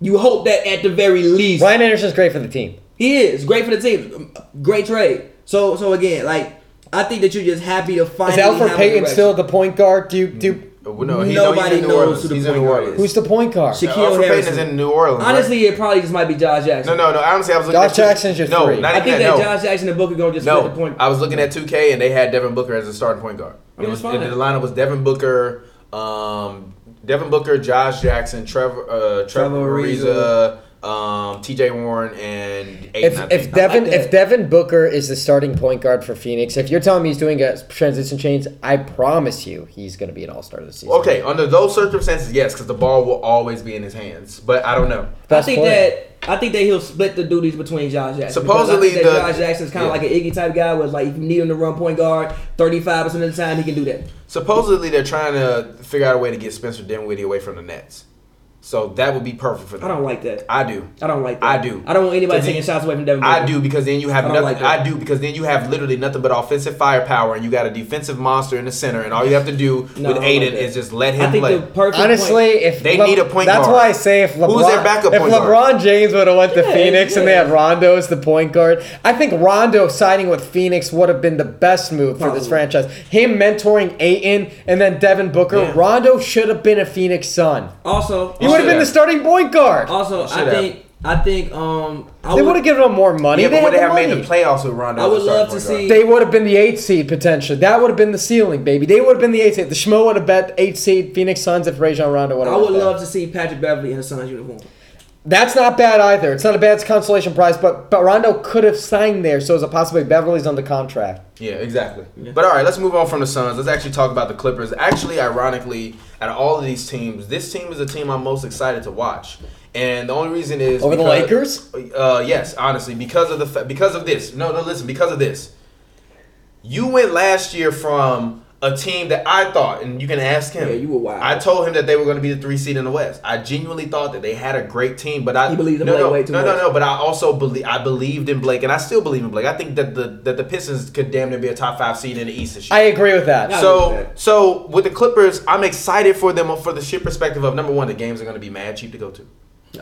You hope that at the very least, Ryan Anderson's great for the team. He is great for the team. Great trade. So so again, like I think that you're just happy to finally. Is Alfred have a Payton direction. still the point guard? Do you, do you- Well, no, he, Nobody no, he's in New knows Orleans. who the He's in point New guard Orleans. who's the point guard? Shaq- Alfred Payton is Harrison. in New Orleans. right? Honestly, it probably just might be Josh Jackson. No, no, no. Honestly, I was looking Josh at two- Jackson's your no, three. Not I even think that, that no. Josh Jackson and Booker gonna just split the No, point. I was looking at 2K and they had Devin Booker as a starting point guard. mean, It was it's fine. it- the lineup was Devin Booker, um, Devin Booker, Josh Jackson, Trevor, uh, Trevor Trevor Ariza, um, T.J. Warren, and Aiden, I If, think. if Devin like that. if Devin Booker is the starting point guard for Phoenix, if you're telling me he's doing a transition change, I promise you he's going to be an All Star this season. okay, under those circumstances, yes, because the ball will always be in his hands. But I don't know. I Best think player. that I think that he'll split the duties between Josh Jackson. Supposedly Because I think that the- Josh Jackson's kind yeah. of like an Iggy type guy. Was like if you need him to run point guard, thirty five percent of the time he can do that. Supposedly they're trying to figure out a way to get Spencer Dinwiddie away from the Nets, so that would be perfect for them. I don't like that. I do. I don't like that. I do. I don't want anybody Because taking he- shots away from Devin. I Booker. do because then you have I don't nothing. like that. I do because then you have literally nothing but offensive firepower, and you got a defensive monster in the center, and all you have to do No, with I don't like Aiden that. is just let I him think play. the perfect point- Honestly, if They need a point that's guard. why I say if LeBron, Who's their backup if point guard? LeBron James would have went to Yeah, Phoenix and they yeah. had Rondo as the point guard, I think Rondo signing with Phoenix would have been the best move for this Probably. franchise. Him mentoring Aiton and then Devin Booker, Yeah. Rondo should have been a Phoenix Sun. also He would have should been the have. starting point guard. Also, I Should have. think I think um I They would- would have given him more money. yeah, they but would had they the have made money. the playoffs with Rondo? I as a would starting love to point guard? see- They would have been the eight seed potentially. That would have been the ceiling, baby. They would have been the eight seed. The Schmo would have bet eight seed Phoenix Suns if Rajon Rondo would have. I would went there. love to see Patrick Beverly in his son's uniform. Oh, That's not bad either. It's not a bad consolation prize, but but Rondo could have signed there, so it's a possibility. Beverly's under contract. Yeah, exactly. But all right, let's move on from the Suns. Let's actually talk about the Clippers. Actually, ironically, out of all of these teams, this team is the team I'm most excited to watch. And the only reason is Over the because- Uh, yes, honestly, because of the fa- because of this. No, no, listen, because of this. You went last year from a team that I thought, and you can ask him. Yeah, you were wild. I told him that they were going to be the three seed in the West. I genuinely thought that they had a great team, but I You believed in no, Blake no, way too no, much. no, no. But I also believe I believed in Blake, and I still believe in Blake. I think that the that the Pistons could damn near be a top five seed in the East this year. I agree with that. Yeah. agree So, with that. so with the Clippers, I'm excited for them for the shit perspective of number one, the games are going to be mad cheap to go to,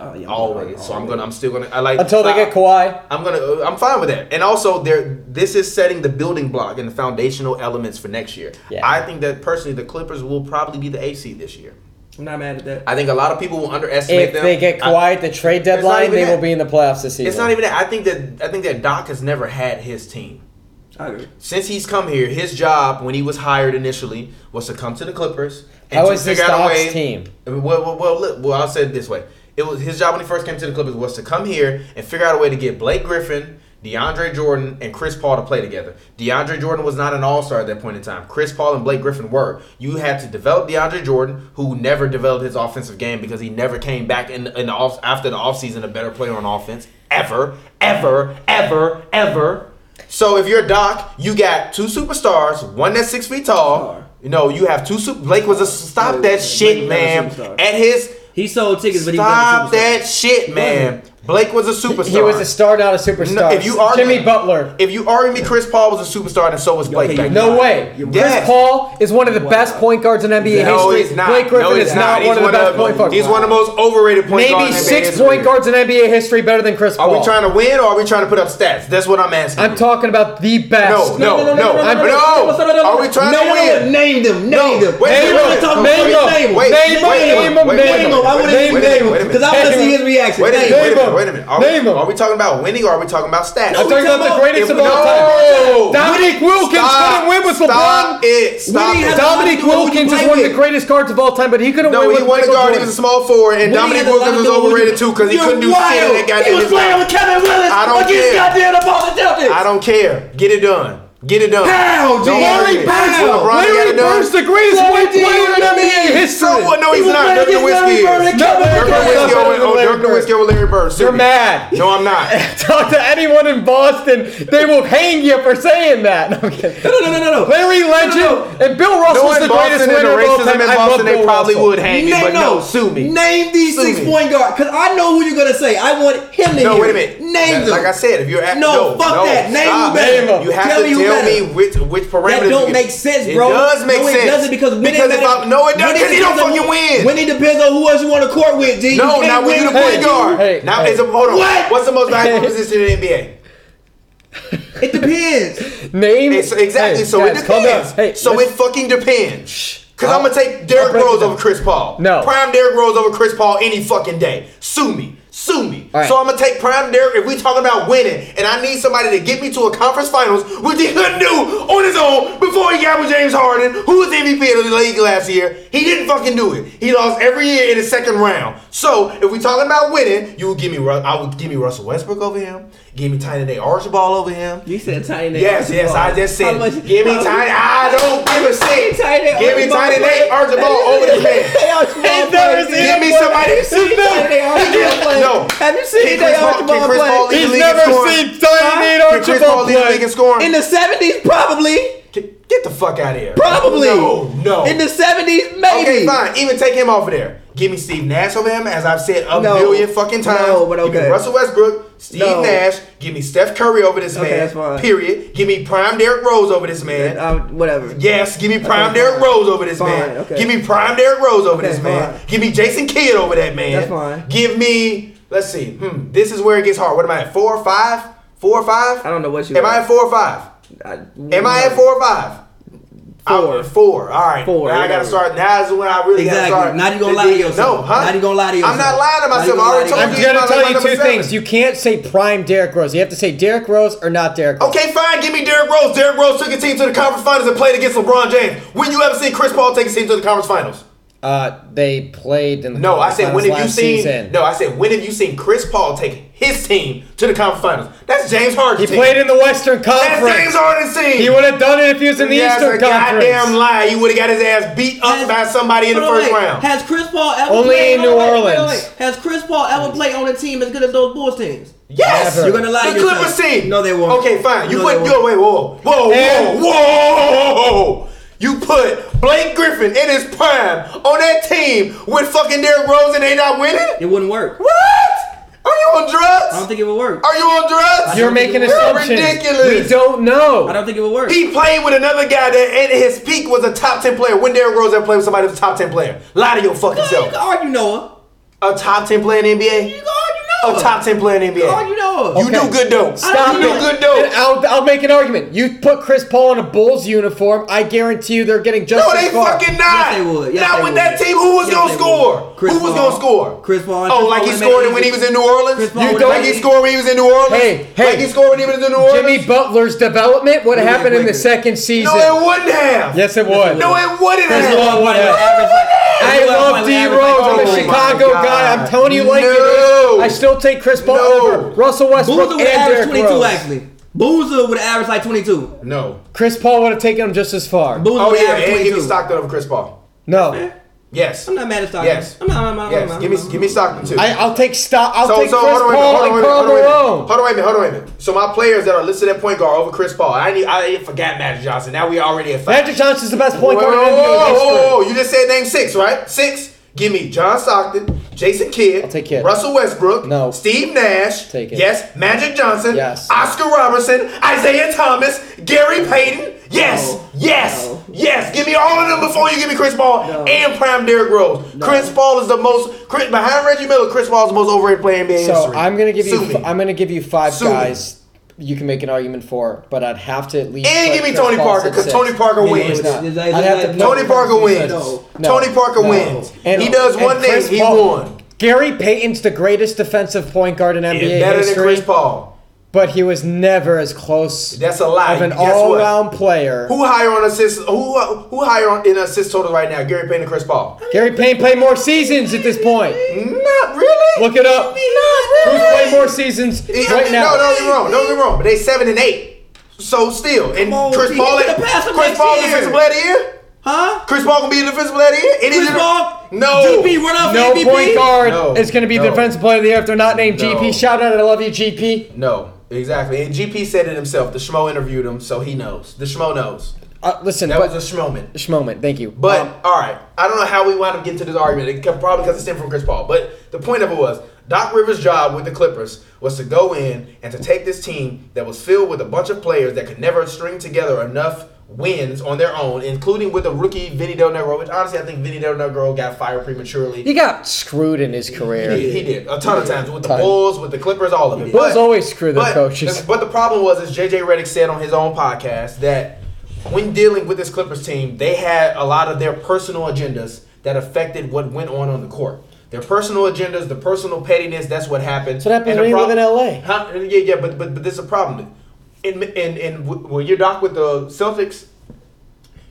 Oh, yeah, I'm always. gonna- So I'm gonna, I'm still gonna, I like Until they I- get Kawhi, I'm gonna, I'm fine with that. And also, there, this is setting the building block and the foundational elements for next year. Yeah. I think that personally, the Clippers will probably be the AC this year. I'm not mad at that. I think a lot of people will underestimate If them. they get I- quiet the trade deadline, even they that. will be in the playoffs this season. it's not even that. I think that I think that Doc has never had his team. I agree. Since he's come here, his job when he was hired initially was to come to the Clippers and How to is this figure out a Doc's way- team? Well, well, well, look, well, I'll say it this way: it was his job when he first came to the Clippers was to come here and figure out a way to get Blake Griffin, DeAndre Jordan, and Chris Paul to play together. DeAndre Jordan was not an All Star at that point in time. Chris Paul and Blake Griffin were. You had to develop DeAndre Jordan, who never developed his offensive game because he never came back in, in the off after the offseason a better player on offense ever, ever, ever, ever. So if you're Doc, you got two superstars, one that's six feet tall. Star. You know, you have two super. Blake was a stop Blake- that shit, Blake was man. a superstar. At his He sold tickets, but he stop wasn't a superstar. that shit, man. Blake was a superstar. He was a star, not a superstar. No, if you are Jimmy Butler. If you argue me, Chris Paul was a superstar, then so was Blake. back Okay, you- then. No way. You're Chris right. Paul is one of the Wow. best point guards in NBA no, history. he's not. Blake Griffin no, he's is not, He's one of the best point guards. He's one of the most overrated point guards. Maybe in NBA six history. point guards in NBA history better than Chris Are Paul. we trying to win or are we trying to put up stats? That's what I'm asking. I'm you. talking about the best. No, no, no, no, no, I'm- no. Are we trying No, to no, win? Name them. No, Name them. wait, Hey, wait, we wanna wait, talk wait, about wait, your wait, name. wait, Name wait, wait, him, name him, wait, name wait, him. wait, I wanna wait, name wait, him, wait a minute. 'cause I wanna Name see him. his reaction. Wait a Name minute, him. wait a minute, wait a minute. Are we- Name him. Are we talking about winning or are we talking about stats? I'm talking about the greatest of all No! time. Dominique Wilkins couldn't win with Stop LeBron. it. Stop Winning it. has Dominique Who you Wilkins is play one of the with? greatest guards of all time, but he couldn't No, win he with wasn't a Michael guard. He Jordan. was a small forward, and Dominique Wilkins was overrated too because he couldn't do shit in that He goddamn was playing with Kevin Willis I don't against care. goddamn Apollo Celtics. I don't care. Get it done. Get it done. Pow, G. Don't worry. Larry Bird- LeBron got it Larry done. Bird's the greatest Larry white player in Bird. NBA history. So what? No, he's was not. playing Dirk against Nowitzki Larry Bird is. and Dirk No, Kevin Dirk Durant. Nowitzki Nowitzki better over- than oh, Larry Dirk Bird. Nowitzki over Larry Bird. You're Seriously. mad. No, I'm not. Talk to anyone in Boston, they will hang you for saying that. No, I'm kidding. No, no, no, no, no. Larry Legend and Bill Russell No, is in the Boston greatest and the winner of all racism time. in I love Boston, they Bill probably Russell. would hang me, but no, sue me. Name these Sue me. six point guard, cause I know who you're gonna say. I want him to No, hear wait a it. minute. Name That- them. Like I said, if you're at No, fuck that. Name stop. who better. Name 'em. You have to Tell me who tell better. me which which parameters. That you don't get. make sense, bro. It does make no, sense. It doesn't because winning because if I, no, it doesn't because he don't depends fucking on win. who- Winning depends on who else you want to court with. G. No, you now when can't win you the Hey, point guard, hey, now hey. it's a hold on. What? What's the most valuable position in the NBA? It depends. Name It's, exactly. Hey, so guys, it calm depends. down. Hey, so it let's- fucking depends. Cause I'm gonna take I'll Derrick break it Rose down. over Chris Paul. No. Prime Derrick Rose over Chris Paul any fucking day. Sue me. Sue me. All right. So I'm gonna take Prime Derrick if we talking about winning and I need somebody to get me to a conference finals, which he couldn't do on his own before he got with James Harden, who was MVP of the league last year. He didn't fucking do it. He lost every year in the second round. So if we talking about winning, you would give me Ru- I would give me Russell Westbrook over him, give me Tiny Day Archibald over him. You said tiny name. Yes, yes, I just said. give me tiny. I don't give a shit. Tiny Nate give me Archibald tiny play. Nate Archibald over this man. I've never seen Give him me play. somebody. He's never- No. Have you seen Can Tiny Chris Paul- Archibald can Chris play? Paul lead the He's league in never scoring? seen Tiny Nate Can Chris Paul lead Archibald the league play. in scoring? In the seventies, probably, Get get the fuck out of here. probably. No, no. In the seventies, maybe. Okay, fine. Even take him off of there. Give me Steve Nash over him, as I've said a No. million fucking times. No, but Give me okay. Russell Westbrook, Steve No. Nash. Give me Steph Curry over this Okay, man. that's fine. Period. Give me Prime Derrick Rose over this man. Uh, whatever. Yes, give me Prime Okay, Derrick fine. Rose over this Fine, man. okay. Give me Prime Derrick Rose over Okay, this man. fine. Give me Jason Kidd over that man. That's fine. Give me, let's see, hmm, this is where it gets hard. What am I at? Four or five? Four or five? I don't know what you Am are. I at four or five? I, Am I at four or five? Four. I- four. All right. Four, Now I gotta whatever. start. Now is when I really Exactly. gotta start. Now you gonna lie to yourself. No, huh? Now you gonna lie to yourself. I'm not lying to Now you myself. I gonna lie already to told yourself. I'm you. gonna my- tell my you number two seven. things. You can't say prime Derrick Rose. You have to say Derrick Rose or not Derrick Rose. Okay, fine. Give me Derrick Rose. Derrick Rose took a team to the conference finals and played against LeBron James. When you ever seen Chris Paul take a team to the conference finals? Uh, they played in the No, I said when conference have you last seen? season. No, I said when have you seen Chris Paul take his team to the conference finals? That's James Harden. He played in the Western That's James Conference. Harden's team. He would have done it if he was in the That's Eastern a goddamn Conference. lie. He would have got his ass beat up Has- by somebody in the Hold on, first wait. round. Has Chris Paul ever Only played, in hold on, New wait, wait, Orleans. wait. Has Chris Paul ever played on a team as good as those Bulls teams? Yes, Never. You're gonna lie to The yourself. Clippers team. No, they won't. Okay, fine. You No, put they yo, won't. wait, whoa, whoa, And- whoa, whoa. You put Blake Griffin in his prime on that team with fucking Derrick Rose and they not winning? It wouldn't work. What? Are you on I don't drugs? think it would work. Are you on drugs? You're making You're assumptions. ridiculous. We don't know. I don't think it would work. He played with another guy that at his peak was a top ten player. When Derrick Rose ever played with somebody who's a top ten player, lie to your fucking you can self. argue Noah. A top ten player in the You NBA. can A argue Noah. Oh, top ten player in the You can argue NBA. all. You do good though. Stop you do it. good though. And I'll, I'll make an argument. You put Chris Paul in a Bulls uniform, I guarantee you they're getting just No, as they far. fucking not. Yes, they would. Yes, not they with would. that team. Who was Yes, gonna they score? would. Chris Who was Paul. gonna score? Chris Paul. Oh, like Chris Paul he would've scored made when he it was easy. in New Orleans. Chris Paul you would've like made he it scored when he was in New Orleans. Hey, hey. like he scored when he was in New Orleans. Jimmy Butler's development would have Who happened went in the quicker? second season. no, it wouldn't have. yes, it would. No, it wouldn't Chris have. Paul would have. I love D Rose. I'm Oh a my Chicago God. guy. I'm telling you, like No. it is. I still take Chris Paul No. over Russell Westbrook Boozer and would average Derrick 22 Rose. actually. Boozer would average like 22. No. Chris Paul would have taken him just as far. Boozer Oh would yeah, average and 22. give me Stockton over Chris Paul. No, Yes. I'm not mad at Stockton. Yes. I'm not. I'm not. I'm Yes. not, Give I'm me not. give me Stockton too. I, I'll take stop. I'll So, take so Chris hold on, wait a minute, Paul hold on, wait and a Carl minute, hold Malone. on, wait a minute, hold on, wait a minute, hold on, wait a minute. So my players that are listed at point guard over Chris Paul, I ain't, I ain't forgot Magic Johnson. Now we already at five. Magic Johnson's the best point Whoa, guard in whoa, NBA whoa, history. whoa, whoa. You just said name six, right? Six. Give me John Stockton, Jason Kidd, I'll take Kidd. Russell Westbrook, No. Steve Nash, Take it. yes, Magic Johnson, Yes. Oscar Robertson, Isaiah Thomas, Gary Payton, yes, No. yes, No. yes. Give me all of them before you give me Chris Paul No. and Prime Derrick Rose. Chris Paul is the most Chris, behind Reggie Miller. Chris Paul is the most overrated player in NBA So history. I'm gonna give you. Sue me. I'm gonna give you five Sue me. guys. You can make an argument for, but I'd have to at least. And put give me Chris Tony Paul Parker, at 'cause six. Tony Parker No, he's wins. not. Is- is- I'd have to put- No, Tony Parker no, wins. no. Tony Parker no. wins. And- he does and one thing. Chris He Paul- won. Gary Payton's the greatest defensive point guard in NBA He's better history, than Chris Paul. but he was never as close That's a lie. of an Guess what? all-round player. Who higher on assists? Who who higher on, in assist total right now? Gary Payton and Chris Paul? Gary Payton played more seasons at this point. Not really. Look it up. Who's played more seasons He- right now? No, don't get me wrong. Don't get me wrong. But they seven and eight. So still, and Come on, Chris T, Paul, he's and, gonna pass him Chris next Paul, year. defensive player of the year. Huh? Chris Paul gonna be defensive player of the year. Any Chris different- Paul? No. GP run E off No MVP? point guard No, is going to be the no. defensive player of the year if they're not named No. GP. Shout out, I love you, GP. No. Exactly. And GP said it himself. The Schmo interviewed him, so he knows. The Schmo knows. Uh, listen, That but was a Schmoman. sh- moment. Thank you. But Um, all right, I don't know how we wound up getting to this argument. It could- probably because it stemmed from Chris Paul. But the point of it was, Doc Rivers' job with the Clippers was to go in and to take this team that was filled with a bunch of players that could never string together enough wins on their own, including with the rookie Vinny Del Negro. Which honestly, I think Vinny Del Negro got fired prematurely. he got screwed in his career. He, he did a ton of times with the Ton. Bulls, with the Clippers, all of it. Bulls always screw their but- coaches. But the problem was, as JJ Redick said on his own podcast, that when dealing with this Clippers team, they had a lot of their personal agendas that affected what went on on the court. Their personal agendas, the personal pettiness, that's what happened. That's what happens And the when you live in LA. Huh? Yeah, yeah, but but but this is a problem. In in in when you're doc with the Celtics,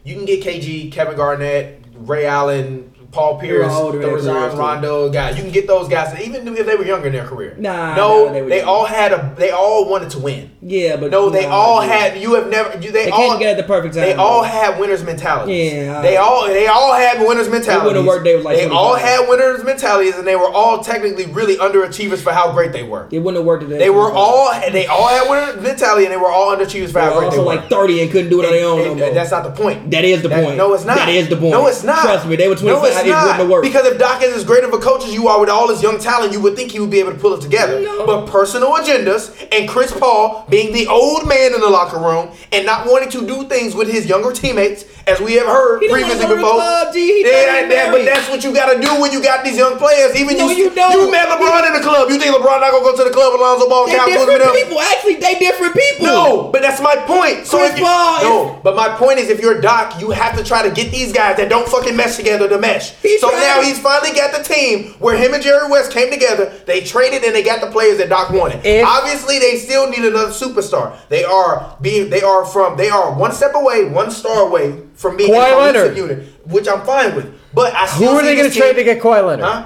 you can get KG, Kevin Garnett, Ray Allen, Paul Pierce, all older the in their Rajon careers, too. Rondo guys. You can get those guys, even if they were younger in their career. Nah, no, nah, they, they were young. all had a. They all wanted to win. Yeah, but No, they nah, all dude. had. You have never. You, they, They all came together at the perfect time, They though. all had winners mentalities. Yeah, I- they all they all had winners mentalities. worked, they was like They all 25. had winners mentalities, and they were all technically really underachievers for how great they were. It wouldn't have worked today. They were all they all had winner mentality, and they were all underachievers for They how were great they also were. like 30 and couldn't do it on And- their own. and no more. that's not the point. That is the point. No, it's not. That is the point. No, it's not. Trust me, they were 25, No, it's it wouldn't not. have worked. Because if Doc is as great of a coach as you are with all his young talent, you would think he would be able to pull it together. No. But personal agendas and Chris Paul being the old man in the locker room and not wanting to do things with his younger teammates, as we have heard He don't wanna previously go to the before. club, G. He yeah, got that- but married. that's what you got to do when you got these young players. Even No, you, you don't. you met LeBron in the club. You think LeBron not gonna go to the club with Lonzo Ball? and they Kyle Kuzma different them? people. Actually, they different people. No, but that's my point. So Chris if you, Paul is- no, but my point is, if you're a doc, you have to try to get these guys that don't fucking mesh together to mesh. He so tried. now he's finally got the team where him and Jerry West came together. They traded and they got the players that Doc wanted. If- Obviously, they still need another superstar. They are being, they are from, they are one step away, one star away from being Kawhi a cohesive Leonard. unit, which I'm fine with. But I Who still are see they going this to trade to team- get Kawhi Leonard? Huh?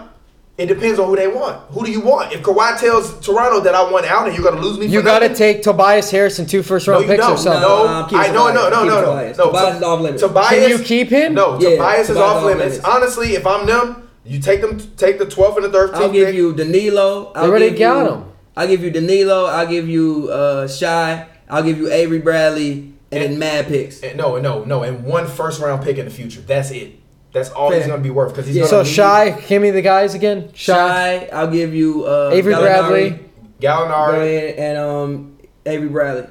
It depends on who they want. Who do you want? If Kawhi tells Toronto that I want out and you're gonna lose me, You for got to nothing? take Tobias Harris and two first round you picks or don't. something. No, Nah, keep I no, no, Tobias. no, Keep no, no. Tobias. no. Tobias Tob- is off limits. Tobias, Can you keep him? No, Yeah, Tobias is Tobias off off limits. limits. Honestly, if I'm them, you take them, take the 12th and the 13th. I'll give pick. you Danilo. I'll They already give got you, him. I'll give you Danilo. I'll give you uh, Shy. I'll give you Avery Bradley, and then Mad Picks. And no, no, no, and one first round pick in the future. That's it. That's all he's Fair. gonna be worth because he's Yeah. gonna So need shy, give me the guys again. Shy, Shy. I'll give you uh, Avery Gallinari, Bradley. Gallinari Bradley, and um, Avery Bradley.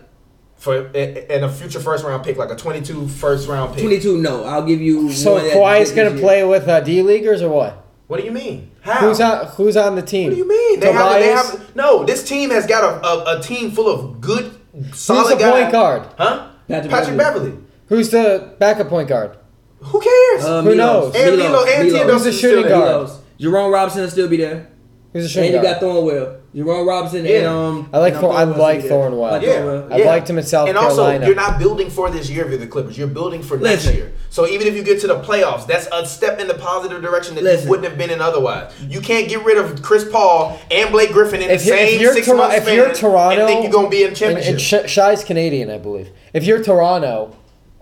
for and a future first round pick, like a 22 first round pick. Twenty-two. No, I'll give you. So one that Kawhi is did going this to year. play with uh, D leaguers or what? What do you mean? How? Who's on Who's on the team? What do you mean? They have, they Tobias? have no. This team has got a, a, a team full of good, solid Who's the guys. point guard? Huh? Patrick Patrick, Beverly. Who's the backup point guard? Who cares? Uh, Who Milos, knows? and Milos, Lilo and Milos, Theodosic Who's the is still shooting there. guard? Milos. Jerome Robinson will still be there. Who's the And shooting you got guard? Thornwell. Jerome Robinson and Yeah. um I like and Thor- I like Thornwell's gonna be there. Thornwell. Like Yeah. Thornwell. I liked him in South and Carolina. also, you're not building for this year if you're the Clippers. You're building for Listen. next year. So even if you get to the playoffs, that's a step in the positive direction that Listen. you wouldn't have been in otherwise. You can't get rid of Chris Paul and Blake Griffin in If the you're- if same you're six Tor- months if you're Toronto- and think you're gonna be in And, championship. and Sh- Shy's Canadian, I believe. If you're Toronto,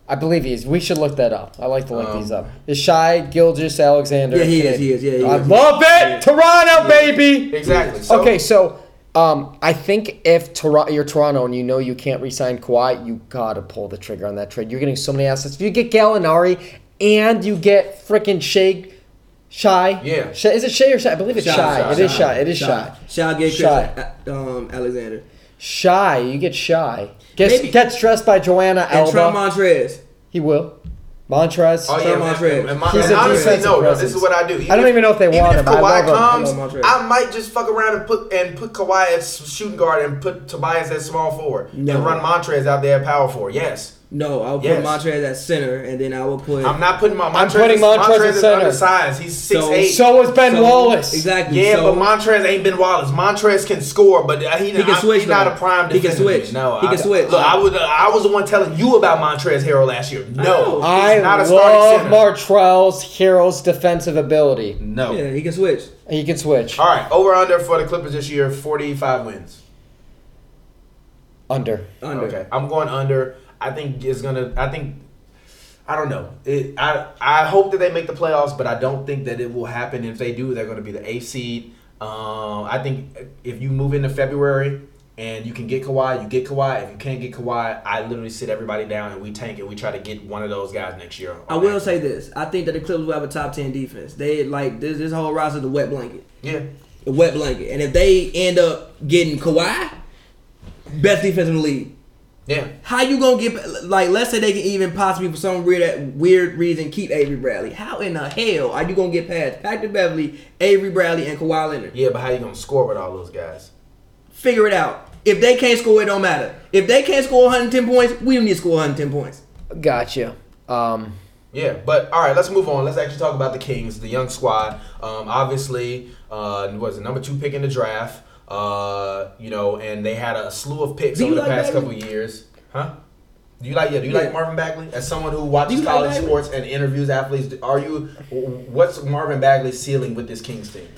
I believe he is. We should look that up. I like to look Um, these up. Is Shy Gilgis Alexander? Yeah, he is, Canadian? he is, yeah, he I is. love it, Toronto, baby. exactly. So, Okay, so um, I think if Tor- you're Toronto and you know you can't re-sign Kawhi, you gotta pull the trigger on that trade. You're getting so many assets. If you get Gallinari and you get freaking Shea, Shy. Yeah. Shai- is it Shea or Shy? I believe it's Shy. It is Shy. It is Shy. Shy get Shy. Chris, um, Alexander. Shy. You get shy. Gets Maybe- gets dressed by Joanna And Alba. Trey Montrez. he will. Montrez. Oh, yeah, Trey man. Montrez. And, my, He's and a honestly, defensive no, bro, presence. this is what I do. Even I don't if- even know if they want him. Even I if Kawhi love him. comes, I love Montrez. I might just fuck around and put and put Kawhi as shooting guard and put Tobias as small forward No. and run Montrez out there at power forward. Yes. No, I'll put Yes. Montrez at center, and then I will put. I'm not putting my Montrez. I'm putting Montrez at is center. undersized. He's six eight. so was Ben So- Wallace. Exactly. yeah, so, but Montrez ain't Ben Wallace. Montrez can score, but he, He can I- switch, He's not though. a prime. He can defender to me. switch. No, He can I- switch. Look, I would. I was the one telling you about Montrez Harrell last year. No, know. he's I not a starting love center. Martrell's Hero's defensive ability. no. Yeah, he can switch. He can switch All right, over under for the Clippers this year, 45 wins. under. Under. Okay, I'm going under. I think it's gonna. I think. I don't know. It, I I hope that they make the playoffs, but I don't think that it will happen. If they do, they're going to be the eighth seed. Um, I think if you move into February and you can get Kawhi, you get Kawhi. If you can't get Kawhi, I literally sit everybody down and we tank and we try to get one of those guys next year. I will say this: I think that the Clippers will have a top ten defense. They like this. This whole roster is a wet blanket. Yeah. A wet blanket. And if they end up getting Kawhi, best defense in the league. Yeah. How you gonna get like? Let's say they can even possibly for some weird weird reason keep Avery Bradley. How in the hell are you gonna get past Patrick Beverly, Avery Bradley, and Kawhi Leonard? Yeah, but how you gonna score with all those guys? Figure it out. If they can't score, it don't matter. If they can't score 110 points, we don't need to score 110 points. Gotcha. Um, Yeah, but all right, let's move on. Let's actually talk about the Kings, the young squad. Um, obviously, uh, was the number two pick in the draft. Uh, you know, and they had a slew of picks Do you over the like past Bagley? couple years, huh? Do you like yeah? Do you Yeah. like Marvin Bagley as someone who Do watches you like college Bagley? sports and interviews athletes? Are you what's Marvin Bagley's ceiling with this Kings team?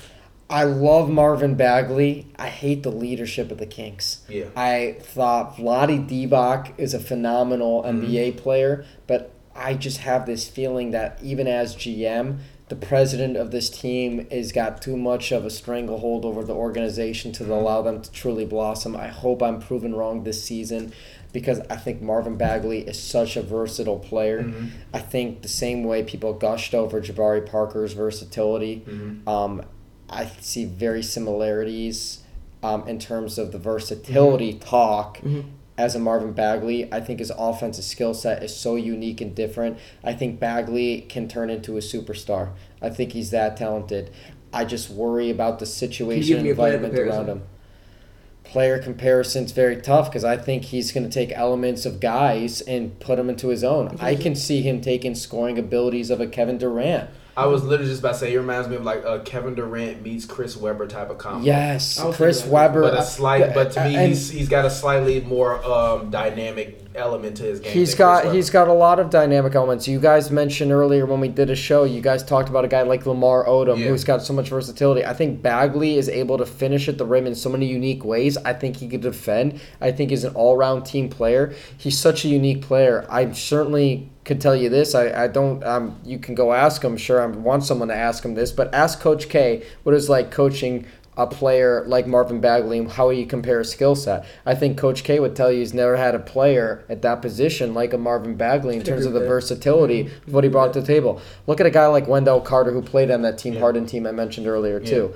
I love Marvin Bagley. I hate the leadership of the Kings. Yeah. I thought Vladi Divac is a phenomenal NBA player, but I just have this feeling that even as GM, the president of this team has got too much of a stranglehold over the organization to allow them to truly blossom. I hope I'm proven wrong this season because I think Marvin Bagley is such a versatile player. I think the same way people gushed over Jabari Parker's versatility, um, I see very similarities um, in terms of the versatility Mm-hmm. talk as a Marvin Bagley. I think his offensive skill set is so unique and different. I think Bagley can turn into a superstar. I think he's that talented. I just worry about the situation and me a player environment around comparison? him. Player comparison's very tough because I think he's going to take elements of guys and put them into his own. I can see him taking scoring abilities of a Kevin Durant. I was literally just about to say it reminds me of like a Kevin Durant meets Chris Webber type of combo. Yes, Um, I was Chris thinking about Webber. uh, But a slight, but to me, and- he's, he's got a slightly more um, dynamic element to his game. He's than Chris got Webber. he's got a lot of dynamic elements. You guys mentioned earlier when we did a show, you guys talked about a guy like Lamar Odom Yeah. who's got so much versatility. I think Bagley is able to finish at the rim in so many unique ways. I think he could defend. I think he's an all-round team player. He's such a unique player. I certainly could tell you this. I, I don't um you can go ask him. Sure, I want someone to ask him this, but ask Coach K what it's like coaching a player like Marvin Bagley and how he compares skill set. I think Coach K would tell you he's never had a player at that position like a Marvin Bagley in terms of the with that. versatility of what he brought to the table. Look at a guy like Wendell Carter who played on that team Harden team I mentioned earlier too.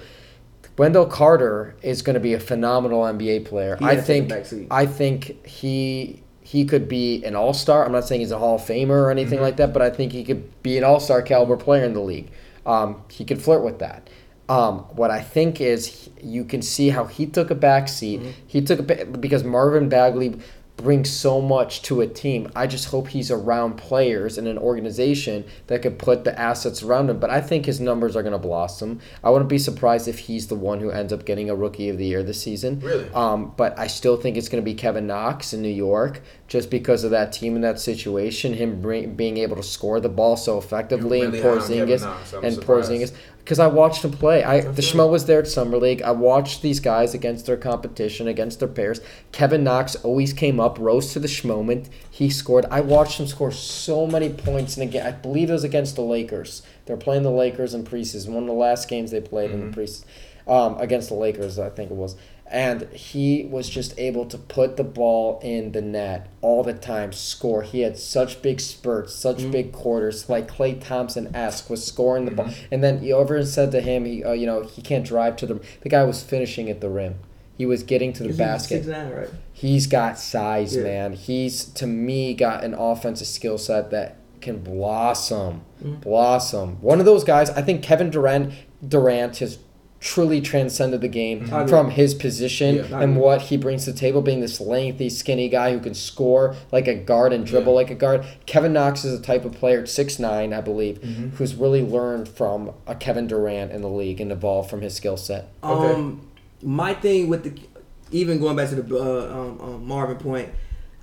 Wendell Carter is going to be a phenomenal NBA player. He I had to take think a backseat. I think he he could be an all star. I'm not saying he's a Hall of Famer or anything like that, but I think he could be an all star caliber player in the league. Um, he could flirt with that. Um, what I think is he- you can see how he took a back seat. He took a ba- because Marvin Bagley brings so much to a team. I just hope he's around players in an organization that could put the assets around him. But I think his numbers are going to blossom. I wouldn't be surprised if he's the one who ends up getting a rookie of the year this season. Really? Um, but I still think it's going to be Kevin Knox in New York just because of that team and that situation, him bring, being able to score the ball so effectively, really and high on Kevin Porzingis Knox. I'm and surprised. Porzingis because I watched him play. I the Okay. Schmo was there at Summer League. I watched these guys against their competition, against their pairs. Kevin Knox always came up, rose to the Schmoment. He scored. I watched him score so many points, and again, I believe it was against the Lakers. They're playing the Lakers in preseason. One of the last games they played in Mm-hmm. the preseason um, against the Lakers, I think it was. And he was just able to put the ball in the net all the time, score. He had such big spurts, such big quarters, like Clay Thompson esque was scoring the ball. And then you ever said to him, he, uh, you know, he can't drive to the. The guy was finishing at the rim. He was getting to the basket. Six nine, right? He's got size, Yeah. man. He's to me got an offensive skill set that can blossom, Mm-hmm. blossom. One of those guys. I think Kevin Durant Durant has truly transcended the game Mm-hmm. I agree. from his position Yeah, I and agree. what he brings to the table, being this lengthy, skinny guy who can score like a guard and dribble Yeah. like a guard. Kevin Knox is a type of player, six nine, I believe, Mm-hmm. who's really learned from a Kevin Durant in the league and evolved from his skill set. Okay. Um, my thing with the even going back to the uh, um, um, Marvin point,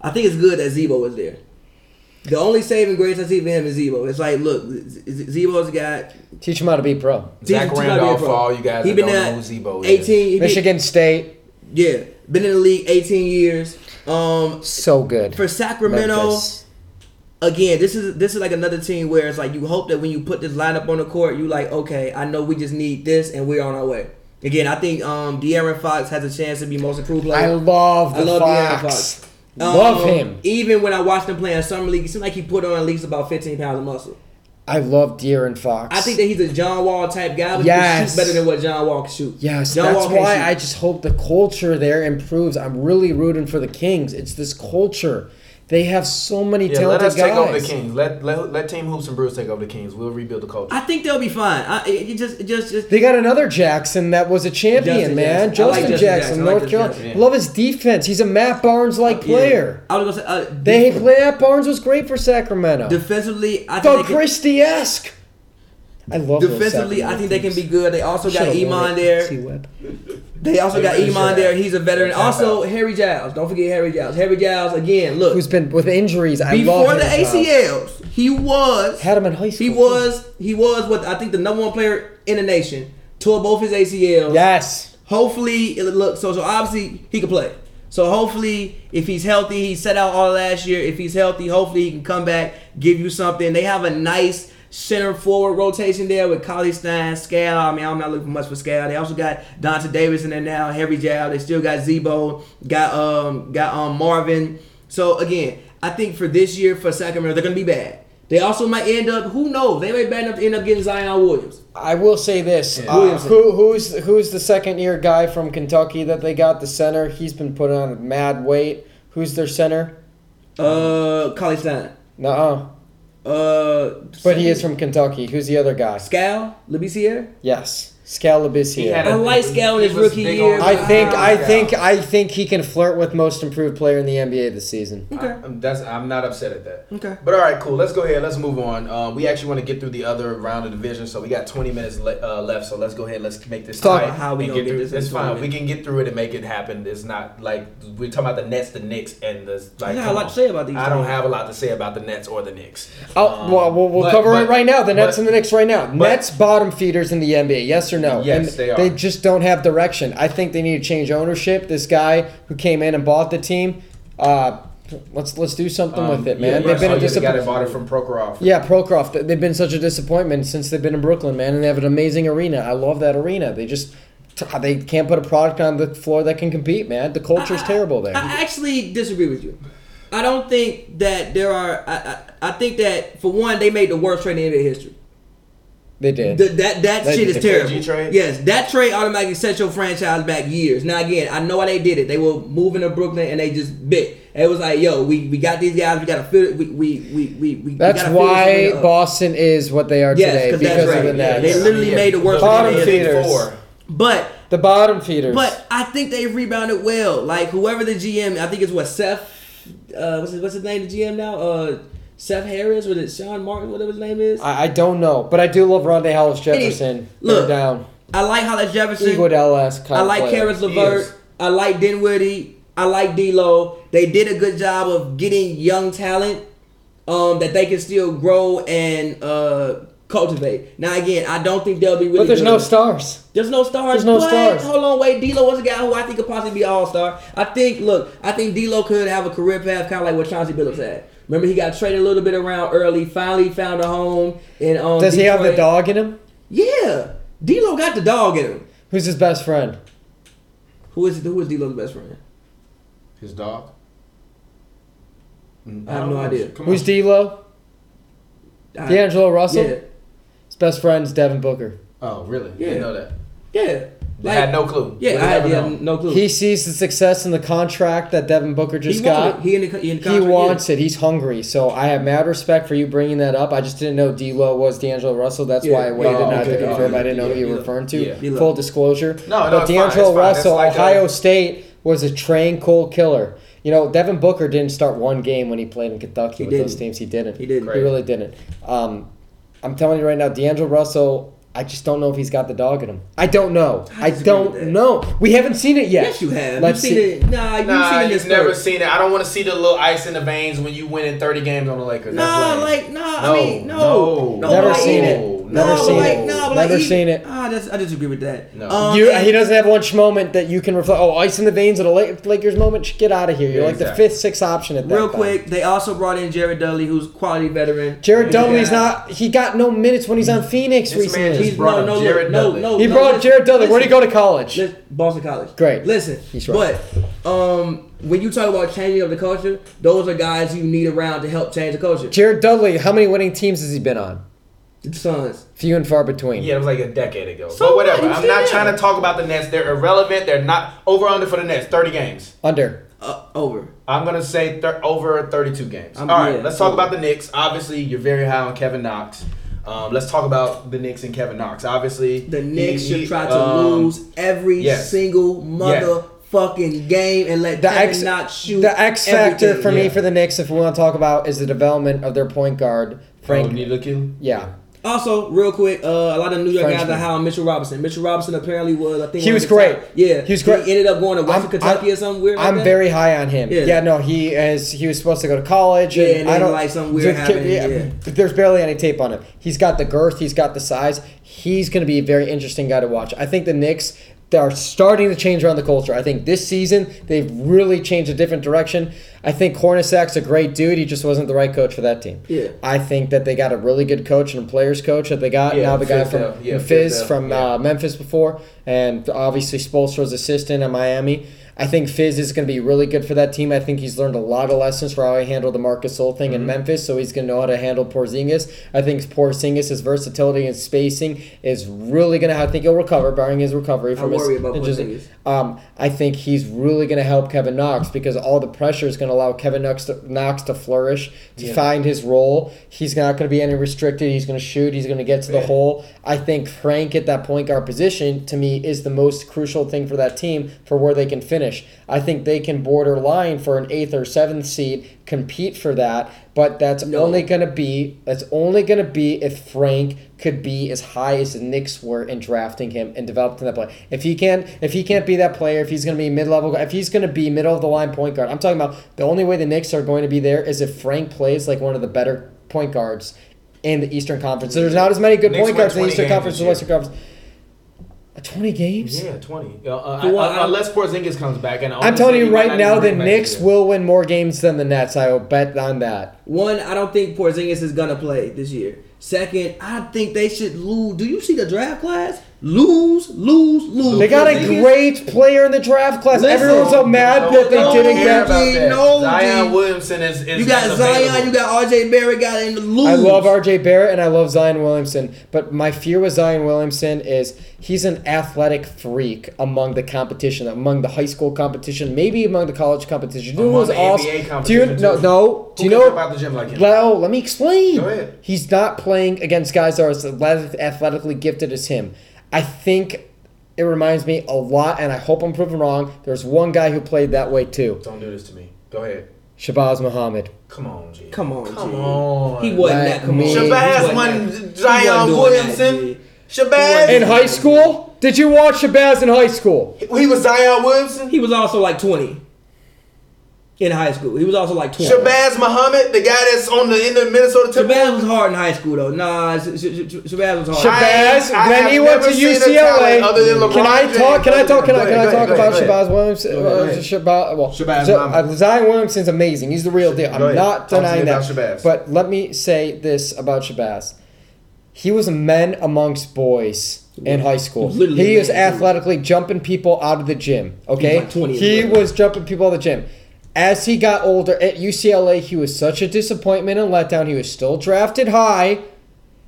I think it's good that Zebo was there. The only saving grace I see for him is Zebo. It's like, look, Z- Z- Zebo's got Teach him how to be pro. Zach He's- he's gotta be a Randolph, pro. for all you guys He that been don't know at who Zebo is. Eighteen, he been- Michigan State, yeah, been in the league eighteen years. Um, so good. for Sacramento, Memphis. again, this is this is like another team where it's like you hope that when you put this lineup on the court, you like, okay, I know we just need this and we're on our way. Again, I think um De'Aaron Fox has a chance to be most improved I player. love the I love De'Aaron Fox. Fox. Love Um, him. Even when I watched him play in summer league, it seemed like he put on at least about 15 pounds of muscle. I love De'Aaron Fox. I think that he's a John Wall type guy, but he can Yes. shoot better than what John Wall can shoot. yes, John that's can't why shoot. I just hope the culture there improves. I'm really rooting for the Kings. It's this culture. They have so many Yeah, talented let us guys. take over the Kings. Let, let let Team Hoops and Brews take over the Kings. We'll rebuild the culture. I think they'll be fine. I, it, it just, it just, just They got another Jackson that was a champion, Justin man. Jackson. I like Justin Justin Jackson, Jackson. I like North Justin Carolina. Jackson. Love his defense. He's a Matt Barnes like yeah. player. I was gonna say uh, They def- Matt Barnes was great for Sacramento. defensively. I Doug think they can, Christie esque. I love those defensively, I Sacramento think they can teams. be good. They also got Should've won Iman it. there. C-Web. They also got Everybody Iman should there. have. He's a veteran. Tap Also, out. Harry Giles. Don't forget Harry Giles. Harry Giles again. Look, who's been with injuries. I before love the his, uh, ACLs, he was Had him in high school. He was he was what I think the number one player in the nation. Tore both his ACLs. Yes. Hopefully, it look so. So obviously, he can play. So hopefully, if he's healthy, he set out all last year. If he's healthy, hopefully he can come back, give you something. They have a nice center forward rotation there with Collie Stein, Scal. I mean, I'm not looking for much for Scal. They also got Donta Davis in there now, Harry Jow. They still got Zebo, got um, got um Marvin. So again, I think for this year for Sacramento, they're gonna be bad. They also might end up. Who knows? They may bad enough to end up getting Zion Williams. I will say this. Yeah. uh, Williamson. who, who's who's the second year guy from Kentucky that they got the center? He's been put on mad weight. Who's their center? Uh, Collie Stein. Nuh-uh. Uh, But he is from Kentucky. Who's the other guy? Scal, Labissiere. Yes. Scalabissier. He had I a- like Scal in his he was rookie big year, on- but I think Wow. I think I think he can flirt with most improved player in the NBA this season. Okay. I'm, that's, I'm not upset at that. Okay. But all right, cool. Let's go ahead. Let's move on. Um, we actually want to get through the other round of division, so we got 20 minutes le- uh, left. So let's go ahead. Let's make this Talk tight about how we and gonna get through. this in it's 20 fine. We can get through it and make it happen. It's not like we're talking about the Nets, the Knicks, and the like. I got a come lot on. to say about these I don't teams. have a lot to say about the Nets or the Knicks. Oh, Um, well, we'll, we'll but- cover but- it right now. The Nets but- and the Knicks right now. Nets bottom feeders in the NBA. Yes or no? Yes, and they are. They just don't have direction. I think they need to change ownership. This guy who came in and bought the team, uh, let's let's do something um, with it, yeah, man. yeah, they've been so yeah, they got a it disappointment. bought it from Prokhorov. Yeah, Procroft. th- They've been such a disappointment since they've been in Brooklyn, man. And they have an amazing arena. I love that arena. They just t- they can't put a product on the floor that can compete, man. The culture's I- terrible there. I actually disagree with you. I don't think that there are. I, I, I think that for one, they made the worst trade in NBA history. they did. Th- that that Like shit is the terrible. KG trade? Yes, that trade automatically set your franchise back years. Now again, I know why they did it. They were moving to Brooklyn and they just bit. And it was like, yo, we, we got these guys. We got to fit. We we we we we. That's we gotta fill this why nigga up. Boston is what they are Yes, today 'cause because that's of right. the Yeah, Nets. they literally made it worse Bottom than feeders. before. But the bottom feeders. but I think they rebounded well. Like whoever the GM, I think it's what Seth. Uh, what's his, what's his name? The GM now. Uh, Seth Harris. Was it Sean Martin? Whatever his name is. I, I, I don't know, but I do love Rondé Hollis Jefferson. Look look, down, like Hollis Jefferson. Iguodala. I like Yes. Karis LeVert. I like Dinwiddie. I like D'Lo. They did a good job of getting young talent um, that they can still grow and uh, cultivate. Now, again, I don't think they'll be really. But there's good. no stars. There's no stars. There's no What? stars. Hold on, wait. D'Lo was a guy who I think could possibly be an all star. I think. Look, I think D'Lo could have a career path, kind of like what Chauncey Billups had. Remember, he got traded a little bit around early. Finally, found a home. And um, Does he have the Detroit. dog in him? Yeah, D'Lo got the dog in him. Who's his best friend? Who is who is D'Lo's best friend? His dog. Mm, I have don't no know. idea. Come Who's on. D'Lo? I- D'Angelo Russell. Yeah, His best friend's Devin Booker. Oh, really? Yeah. Didn't know that. yeah. I had no clue. Yeah, Would've I had never yeah, known. no clue. He sees the success in the contract that Devin Booker just he got. wanted- He in the, co- he, in the He contract, yeah. wants it. He's hungry. So I have mad respect for you bringing that up. I just didn't know D'Lo was D'Angelo Russell. That's Yeah. why I waited Oh, and I had okay. to confirm. Oh, I didn't know who you yeah, were referring to. yeah. D'Lo. Full disclosure. No, no, but it's fine, it's D'Angelo fine. That's Russell, like a- um, Ohio State, was a train cold killer. You know, Devin Booker didn't start one game when he played in Kentucky He with those didn't. teams. He didn't. He didn't. He really didn't. Um, I'm telling you right now, D'Angelo Russell. I just don't know if he's got the dog in him. I don't know. I I, disagree with that. don't know. We haven't seen it yet. Yes, you have. Let's you've see. seen it. Nah, you've Nah, seen it you've this never first. seen it. I don't want to see the little ice in the veins when you win in 30 games on the Lakers. Nah, That's like nah. No, I mean, no, no, no, Never like, seen even- it. Never no, seen but like, it. No, but Never like, seen even- it. Ah, that's I disagree with that. No. Um, You, and- he doesn't have one sh- moment that you can reflect. Oh, ice in the veins of the La- Lakers moment. Sh- Get out of here. You're Yeah, like exactly. the fifth, sixth option at that. Real point. quick, they also brought in Jared Dudley, who's quality veteran. Jared Dunley's Yeah. not. He got no minutes when he's on Phoenix This man recently. just He's brought no, up no, Jared no, Dudley. no. he no, brought listen, Jared Dudley. Where'd he listen. go to college? Listen, Boston College. Great. Listen, He's right. but um, when you talk about changing of the culture, those are guys you need around to help change the culture. Jared Dudley. How many winning teams has he been on? The Suns. Few and far between. Yeah, it was like a decade ago. So but what? whatever. You I'm still not there. trying to talk about the Nets. They're irrelevant. They're not over under for the Nets. 30 games. Under. Uh, over. I'm gonna say thir- over 32 games. I'm- All right, yeah, let's talk over. about the Knicks. Obviously, you're very high on Kevin Knox. Um, let's talk about the Knicks and Kevin Knox. Obviously, The he- Knicks he, should try to um, lose every yes. single Yeah. motherfucking game and let The Kevin X, not shoot. the X factor everything. for yeah. me for the Knicks, if we want to talk about, is the development of their point guard, Frank. Oh, Nilo Kill? yeah, Also, real quick, uh, a lot of New York Frenchman. guys are high on Mitchell Robinson. Mitchell Robinson apparently was, I think, He one was of the top- great. yeah, He was great. He ended up going to Western I'm- Kentucky I'm- or something weird. like I'm that. very high on him. Yeah. Yeah, no, he is. He was supposed to go to college. Yeah, and and I then, don't like, something Dude, weird happened, yeah. there's barely any tape on him. He's got the girth. He's got the size. He's going to be a very interesting guy to watch. I think the Knicks they are starting to change around the culture. I think this season they've really changed a different direction. I think Hornacek's a great dude. He just wasn't the right coach for that team. Yeah. I think that they got a really good coach and a players coach that they got. Yeah, now the guy Fizdale. from Yeah, Fizz Fizdale. from Yeah. uh, Memphis before, and obviously Spolstra's assistant at Miami. I think Fizz is going to be really good for that team. I think he's learned a lot of lessons for how he handled the Marcus Sol thing Mm-hmm. in Memphis, so he's going to know how to handle Porzingis. I think Porzingis' versatility and spacing is really going to. I think he'll recover, barring his recovery from worry his about Porzingis. Um, I think he's really going to help Kevin Knox because all the pressure is going to allow Kevin Knox to, Knox to flourish, to Yeah. find his role. He's not going to be any restricted. He's going to shoot. He's going to get to the Yeah. hole. I think Frank at that point guard position to me is the most crucial thing for that team for where they can finish. I think they can borderline for an eighth or seventh seed, compete for that. But that's No. only going to be that's only going to be if Frank could be as high as the Knicks were in drafting him and developing that player. If he can, if he can't be that player, if he's going to be mid level, if he's going to be middle of the line point guard, I'm talking about the only way the Knicks are going to be there is if Frank plays like one of the better point guards in the Eastern Conference. So there's not as many good Knicks point won guards in the 20 Eastern games Conference as the this Western Conference. Uh, Twenty games. Yeah, 20. Uh, uh, For what? uh, unless Porzingis comes back, and I'm telling you right now, the Knicks Knicks will. will win more games than the Nets. I will bet on that. One, I don't think Porzingis is gonna play this year. Second, I think they should lose. Do you see the draft class? lose, lose, lose. They got The a biggest- great player in the draft class. Listen, Everyone's so mad that they no, didn't no, get. no. No, Zion D. Williamson is, is You got is Zion, available. you got RJ Barrett, got in the lose. I love RJ Barrett and I love Zion Williamson, but my fear with Zion Williamson is he's an athletic freak among the competition, among the high school competition, maybe among the college competition. Do you know Among who's the awesome? NBA Do you competition, no too. no? Do Who you can know jump out the gym like him? Well, let me explain. Go ahead. He's not playing against guys that are as athletic- athletically gifted as him. I think it reminds me a lot, and I hope I'm proven wrong. There's one guy who played that way too, Don't do this to me. Go ahead. Shabazz Muhammad. Come on, G. Come on, Come G. on. He wasn't Let that. Come on, me- He wasn't Shabazz that- won he wasn't Zion doing Williamson. that, Shabazz. In high school, did you watch Shabazz in high school? he was Zion G. Williamson. He was also like twenty in high school. He was also like twenty. Shabazz Muhammad, the guy that's on the end of Minnesota Timberwolves. Shabazz was hard in high school though. Nah, Sh- Sh- Sh- Shabazz was hard. I- Shabazz, I when have he went to never seen a UCLA, talent other than LeBron can I James. talk? Can I talk? Can Go I, ahead, can I go ahead, talk go about ahead, go ahead. Shabazz Williamson? Go ahead, go ahead. Shabazz, well, Shabazz Z- Muhammad. uh, Zion Williamson's amazing. He's the real deal. Go I'm ahead. Talk not to me denying about that. Shabazz. But let me say this about Shabazz: he was a man amongst boys. In high school, He was literally he a is man, dude. athletically jumping people out of the gym. Okay, like 20 as he well. was was jumping people out of the gym. As he got older at UCLA, he was such a disappointment and letdown. He was still drafted high.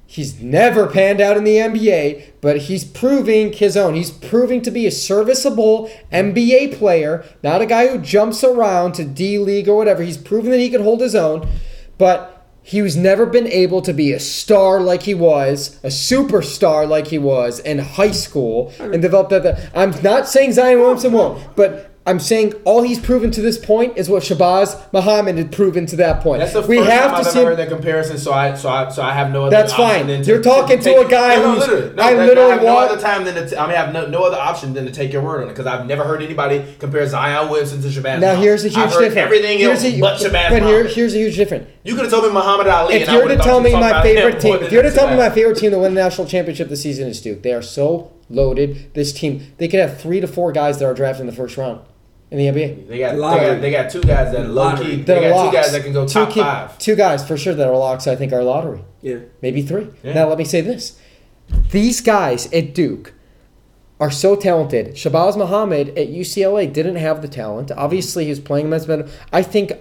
He's never panned out in the NBA, but he's proving his own. He's proving to be a serviceable NBA player, not a guy who jumps around to D League or whatever. He's proven that he can hold his own, but he was never been able to be a star like he was, a superstar like he was in high school and develop that. that- I'm not saying Zion Williamson won't, but I'm saying all he's proven to this point is what Shabazz Muhammad had proven to that point. That's the we first time have to I've see. ever heard that comparison. So I, so I, so I have no. Other That's option fine. than You're talking to take- a guy no, no, who's- literally. No, I that- literally I have want- no other time than to t- I mean, I have no, no other option than to take your word on it because I've never heard anybody compare Zion Williamson to Shabazz. Now Muhammad. here's a I've huge heard difference. Everything here's else a- but Shabazz. But here, Muhammad. here's a huge difference. you could have told me Muhammad Ali. If and I you're to would've tell thought you me were my talking about favorite him team, more if you're to than tell me my Shabazz. favorite team to win the national championship this season is Duke. They are so loaded. This team, they could have three to four guys that are drafted in the first round in the NBA. They got, they Lottery. got, they got two guys that are low Lottery. key. That They are got locks. two guys that can go top key- five. Two guys for sure that are locks. I think are lottery. Yeah. maybe three. Yeah. Now let me say this: these guys at Duke are so talented. Shabazz Muhammad at UCLA didn't have the talent. Obviously, he was playing him as better. I think.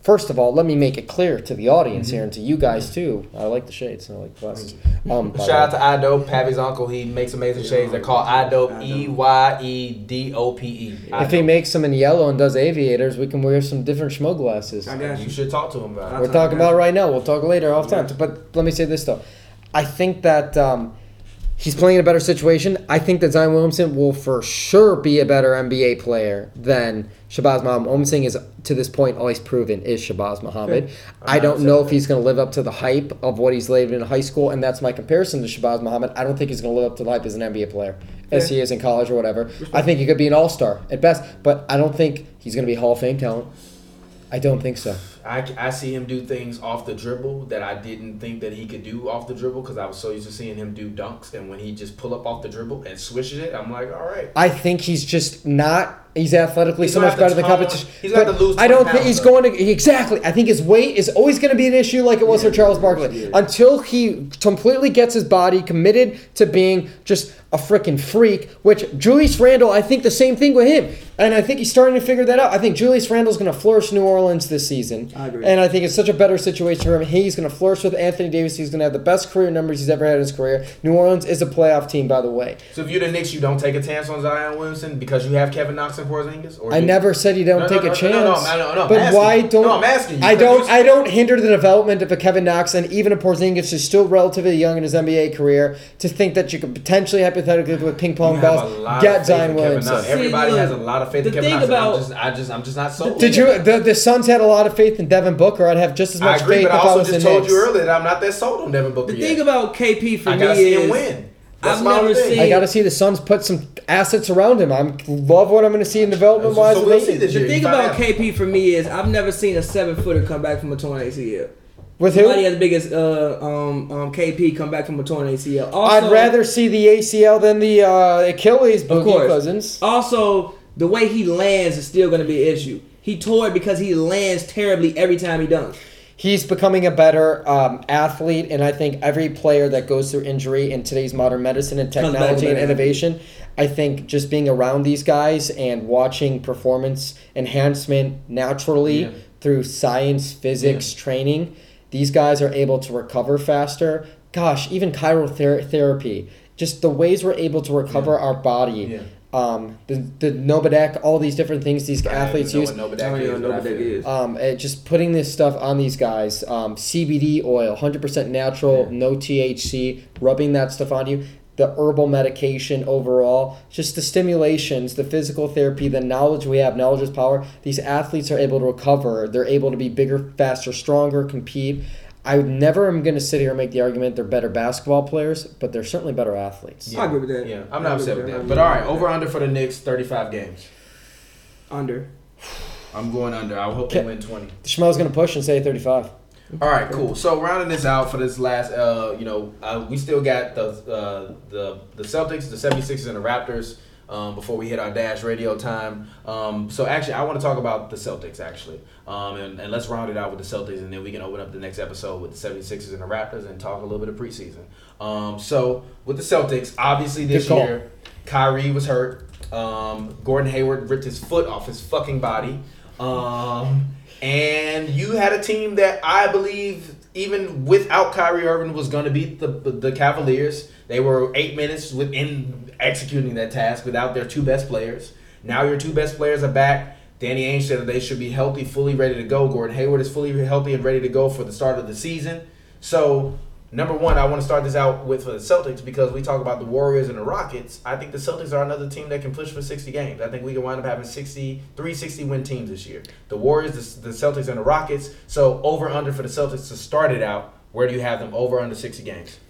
First of all, let me make it clear to the audience Mm-hmm. here and to you guys too. I like the shades. I like the glasses. Um, by the Shout out way. to Idope, Pavi's uncle. He makes amazing shades. They're called Idope, E Y E D O P E. if he makes them in yellow and does aviators, we can wear some different schmo glasses. I got you you. should talk to him about I'll it. We're talk talking about about it right now. We'll talk later off Yeah. time. But let me say this though, I think that um, he's playing in a better situation. I think that Zion Williamson will for sure be a better NBA player than Shabazz Muhammad. What I'm saying is to this point, all he's proven is Shabazz Muhammad. I don't know if he's going to live up to the hype of what he's laid in high school, and that's my comparison to Shabazz Muhammad. I don't think he's going to live up to the hype as an NBA player. As Fair. he is in college or whatever, I think he could be an all star at best, but I don't think he's going to be Hall of Fame talent. I don't think so. I, I see him do things off the dribble that I didn't think that he could do off the dribble because I was so used to seeing him do dunks. And when he just pull up off the dribble and swishes it, I'm like, all right. I think he's just not. He's athletically He's so gonna much have to better than tone- competition. he's gonna have But to lose I don't 20 think pounds, he's though. going to exactly. I think his weight is always going to be an issue, like it was for Charles Barkley, until he completely gets his body committed to being just a freaking freak. Which Julius Randle, I think the same thing with him, and I think he's starting to figure that out. I think Julius Randle's going to flourish in New Orleans this season, I agree. and I think it's such a better situation for him. He's going to flourish with Anthony Davis. He's going to have the best career numbers he's ever had in his career. New Orleans is a playoff team, by the way. So if you're the Knicks, you don't take a chance on Zion Williamson because you have Kevin Knox and Porzingis? Or I do you? never said you don't No, no, take no, a no, chance. no, no, no, no, I'm But asking why you. don't No, I'm asking you. I don't Because I don't hinder the development of a Kevin Knox and even a Porzingis who's still relatively young in his NBA career to think that you could potentially hypothetically with ping You pong have a lot balls of get faith Zion in Kevin Knox. Williamson. Everybody See, has a look, lot of faith in the Kevin thing Knox. and I'm about- just, I just, I'm just not sold. Did you the, the Suns had a lot of faith in Devin Booker? I'd have just as I much agree, faith but if I I also was the just told Knicks. you earlier that I'm not that sold on Devin Booker The yet. thing about KP for Oh, I me gotta see him is win. That's I've my never thing. seen- I got to see the Suns put some assets around him. I am love what I'm going to see in development wise. So we'll see this the year. thing You find about out. KP for me is I've never seen a seven footer come back from a torn ACL. With Somebody who? as big as uh, um, um, KP come back from a torn ACL. Also, I'd rather see the ACL than the uh, Achilles. Boogie course. Cousins. Also, the way he lands is still going to be an issue. He tore it because he lands terribly every time he dunks. he's becoming a better um, athlete, and I think every player that goes through injury in today's modern medicine and back a technology and better athlete. innovation, I think just being around these guys and watching performance enhancement naturally Yeah. through science, physics, training, these guys are able to recover faster. Gosh, even chirotherapy, just the ways we're able to recover our body. Yeah. Um, the, the Nobadeck, all these different things these I don't athletes even use. know what I don't Nobadak even is, know but I what that feel you. is. Um, it- just putting this stuff on these guys. Um, CBD oil, 100% natural, Yeah. no THC, rubbing that stuff on you. The herbal medication overall, just the stimulations, the physical therapy, the knowledge we have, knowledge is power. These athletes are able to recover. They're able to be bigger, faster, stronger, compete. I never am going to sit here and make the argument they're better basketball players, but they're certainly better athletes. Yeah. I agree with that. Yeah, I I'm not agree upset with with that. that. But all right, over under for the Knicks, 35 games. Under. I'm going under. I hope they win 20. Schmel's going to push and say 35. All right, cool. So rounding this out for this last, uh, you know, uh, we still got the uh, the the Celtics, the 76ers, and the Raptors um, before we hit our dash radio time. Um, so actually, I want to talk about the Celtics actually, um, and, and let's round it out with the Celtics, and then we can open up the next episode with the 76ers and the Raptors and talk a little bit of preseason. Um, so with the Celtics, obviously this Good call. year, Kyrie was hurt. Um, Gordon Hayward ripped his foot off his fucking body. Um, and you had a team that I believe, even without Kyrie Irving, was going to beat the the Cavaliers. They were eight minutes within executing that task without their two best players. Now your two best players are back. Danny Ainge said that they should be healthy, fully ready to go. Gordon Hayward is fully healthy and ready to go for the start of the season. So, number one, I want to start this out with for the Celtics because we talk about the Warriors and the Rockets. I think the Celtics are another team that can push for 60 games. I think we can wind up having 60, three 60 win teams this year. The Warriors, the, the Celtics, and the Rockets. So, over under for the Celtics to start it out, where do you have them over under 60 games?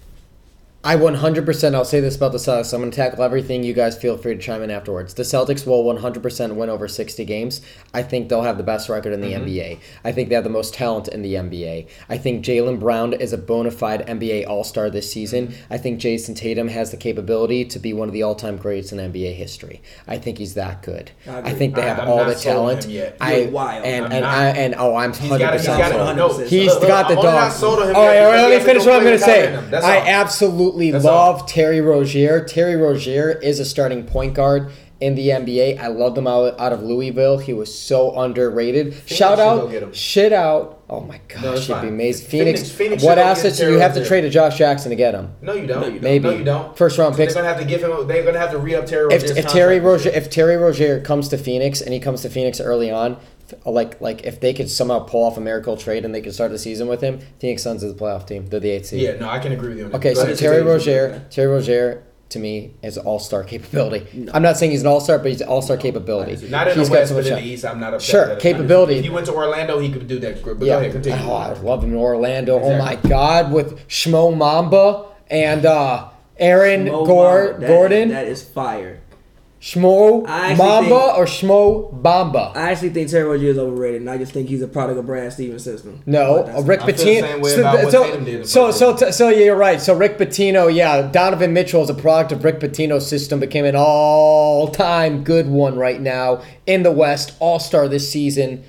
I 100%, I'll say this about the Celtics. I'm going to tackle everything. You guys feel free to chime in afterwards. The Celtics will 100% win over 60 games. I think they'll have the best record in the Mm-hmm. NBA. I think they have the most talent in the NBA. I think Jalen Brown is a bona fide NBA All Star this season. Mm-hmm. I think Jason Tatum has the capability to be one of the all time greats in NBA history. I think he's that good. I I, agree. think they I- have I'm all not the sold on him talent. yet. I, You're wild. And, I'm and, not. I, and oh, I'm 100% got to gotta sold. be no. 100%. He's Look, look, got the I'm only not dog. sold on him all yet right, all because right, he hasn't let me finish been what I'm going to playing say. without him. That's I all. absolutely That's love Terry Rozier. Terry Rozier is a starting point guard in the NBA. I loved him out, out of Louisville. He was so underrated. Shout should out, go get him. shit out. Oh my gosh, No, it's you'd be fine. amazed. Phoenix- Phoenix, Phoenix should what go get assets do Terry you have to Rozier. trade to Josh Jackson to get him? No, you don't. No, you don't. Maybe. No, you don't. First round They're picks. gonna have to give him. They're gonna have to re up Terry. If, Rozier's if contract Terry this year. Rozier, if Terry Rozier comes to Phoenix and he comes to Phoenix early on, f- like like if they could somehow pull off a miracle trade and they could start the season with him, Phoenix Suns is a playoff team. They're the eighth seed. Yeah, no, I can agree with you. on that. Okay, Go so ahead. Terry Terry Rozier, Rozier, okay. Terry Rozier to me is all star capability. I'm not saying he's an all star, but he's all star capability. Not in He's the West, so but in the much talent. East, I'm not upset. Sure, that it's- capability. If he went to Orlando, he could do that. But yeah. go ahead, continue. Oh, I love him in Orlando. Oh my Exactly. God, with Schmo Mamba and uh, Aaron Mo Gor- Bamba, that- Gordon, That is fire. Schmo I actually Mamba think- or Schmo Bamba. I actually think Terry Rozier is overrated, and I just think he's a product of Brad Stevens' system. No, uh, But that's- Rick I feel the Pitino. same way so, about what so- Tatum did in the so, first so, so, yeah, you're right. So Rick Pitino, yeah, Donovan Mitchell is a product of Rick Pitino's system. Became an all-time good one right now in the West, All Star this season.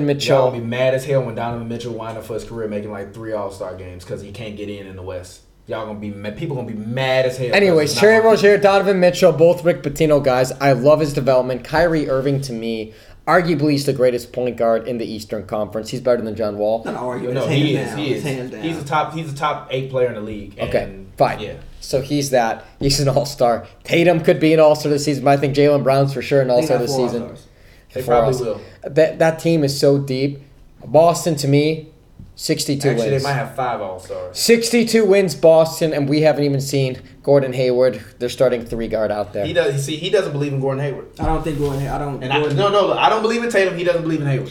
Y'all will Mitchell. be mad as hell when Donovan Mitchell wind up for his career making like three All Star games because he can't get in in the West. Y'all gonna be mad. people gonna be mad as hell. Anyways, That's Terry not- Rozier, Donovan Mitchell, both Rick Pitino guys. I love his development. Kyrie Irving to me, arguably, he's the greatest point guard in the Eastern Conference. He's better than John Wall. Not an You argument. know, It's hands he is. down. He It's hands is. down. He's a top. He's a top eight player in the league. Okay, and- fine. Yeah. So he's that. He's an all star. Tatum could be an all star this season, but I think Jalen Brown's for sure an all They star got this four season. All-Stars. They Four probably All-Stars. will. That that team is so deep. Boston to me, sixty two Actually, wins. they might have five All Stars. 62 wins Boston, and we haven't even seen Gordon Hayward. They're starting three guard out there. He does. See, he doesn't believe in Gordon Hayward. I don't think going. I don't. And I, Gordon- no, no, look, I don't believe in Tatum. He doesn't believe in Hayward.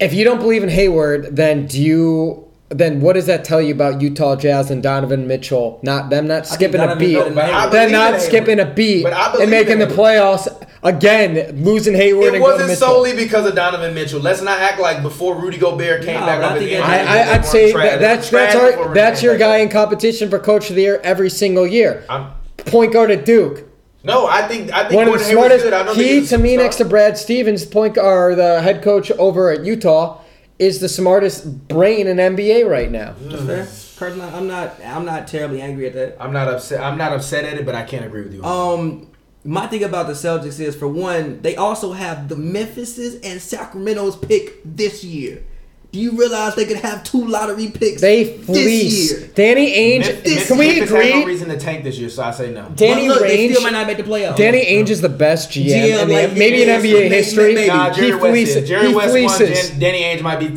If you don't believe in Hayward, then do you? Then what does that tell you about Utah Jazz and Donovan Mitchell? Not them not skipping a Donovan beat. Mitchell- I They're believe in not Hayward. skipping a beat But I believe and making in the Hayward. playoffs again, losing Hayward. It and Gordon wasn't Mitchell. solely because of Donovan Mitchell. Let's not act like before Rudy Gobert came No, back but I up at think the end. that- of the I, year, I, I'd they say weren't that, trash. They that's were trash that's before our Rudy that's came your back guy up. in competition for coach of the year every single year. I'm- Point guard at Duke, no, I think I think one of the Gordon Hayward's smartest. good. I don't think He he's a to me superstar. next to Brad Stevens, point guard, or the head coach over at Utah, is the smartest brain in NBA right now. That's fair. Personally, I'm not. I'm not terribly angry at that. I'm not upset. I'm not upset at it, but I can't agree with you. Oh, Um, my thing about the Celtics is, for one, they also have the Memphis's and Sacramento's pick this year. Do you realize they could have two lottery picks? They this fleece year. Danny Ainge. Memphis- can we Memphis has no agree? reason to tank this year, so I say no. Danny but look, they Ainge. still might not make the playoffs. Danny Ainge is the best GM, GM, in the, like, maybe in yeah, NBA may- may- history. maybe. Nah, Jerry he West is. fleeces. Jerry he West fleeces. won. Dan- Danny Ainge might be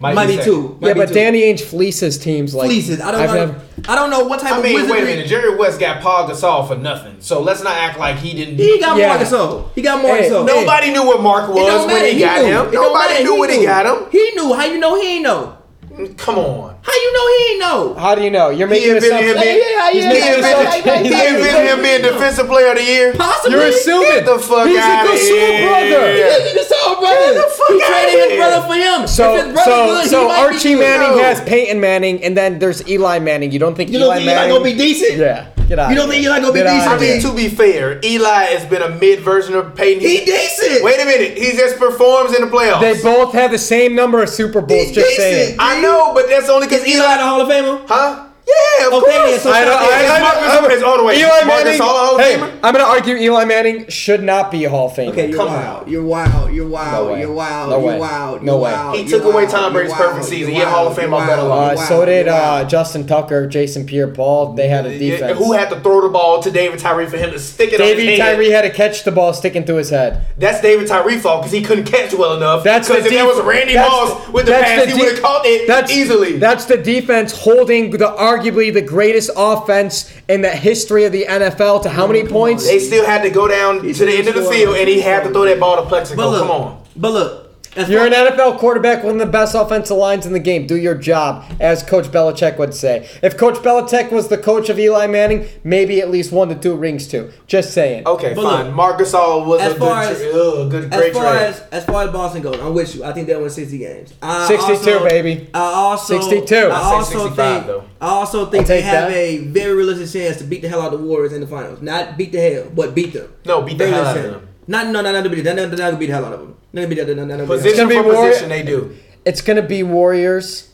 might, Might be second. two. Might yeah, be but two. Danny Ainge fleeces teams like fleeces. I don't I've know. never- I don't know what type I mean, of wait wizardry. a minute. Jerry West got Paul Gasol for nothing, so let's not act like he didn't. he got Yeah. more Gasol. He got more Hey, Gasol. no, Nobody knew what Mark It was don't when matter. he, got knew. him. It don't Nobody matter. knew when he knew. got He knew. How you know he ain't know? him. Come on. How you know he ain't know? How do you know? You're making this up. invented him being- Yeah, yeah, He's He yeah, making yeah, this yeah, up. invented, yeah, he yeah, invented yeah. him being defensive player of the year. Possibly. You're assuming Get the fuck he's outta a Gasol here. brother. Yeah. He's a Gasol brother. Get the fuck he outta traded his here. brother for him. if So, his brother so, good, he so might be Archie good. Manning No. has Peyton Manning, and then there's Eli Manning. You don't think You Eli don't think Eli Manning gonna be decent? Yeah, get out. You don't of think here. Eli gonna be Get out decent? of I mean, here. to be fair, Eli has been a mid version of Peyton. He decent. Wait a minute. He just performs in the playoffs. They both have the same number of Super Bowls. He's Just decent. saying. I know, but that's only because is Eli the Eli. Hall of Famer? Huh? Yeah, of Okay, course. so I don't- I- Is I- Marcus I'm- His own way. Eli Marcus Manning. Hall, Hall of hey, Famer? I'm gonna argue Eli Manning should not be a Hall of Famer. Okay, you're Come wild. on. You're wild. You're wild. No way. you're wild. No you're way. wild. No you're way. wild. He You're took away wild. Tom You're Brady's wild. perfect season. You're He had Hall of wild. Fame off You're that wild. alone. Uh, You're so wild. did You're uh, wild. Justin Tucker, Jason Pierre-Paul. They had a Yeah, defense. Who had to throw the ball to David Tyree for him to stick it on Davey his head? Tyree had to catch the ball sticking to his head. That's David Tyree fault because he couldn't catch well enough. That's because the if that def- was Randy that's Moss the- with the that's pass, the he would have def- caught it that's, easily. That's the defense holding the arguably the greatest offense in the history of the NFL to how many come points? they still had to go down to the end of the scored. field, and he had to throw that ball to Plexico. But look. Come on. But look. as You're far- an NFL quarterback, one of the best offensive lines in the game. Do your job, as Coach Belichick would say. If Coach Belichick was the coach of Eli Manning, maybe at least one to two rings too. Just saying. Okay, But fine. look, Marcus All was as a far good, as- tra- ugh, good As great far trade. as as far as Boston goes, I'm with you. I think they won 60 games. I 62, also- baby. I also 62. I I'd say also 65 think though. I also think I'll they take have that. a very realistic chance to beat the hell out of the Warriors in the finals. Not beat the hell, but beat them. No, beat the Very hell out of realistic. them. Not no, no, not to beat them. They're not gonna beat the hell out of them. They're gonna beat the- they're not gonna beat the hell out of them. position for gonna be Warrior- position, they do. It's going to be Warriors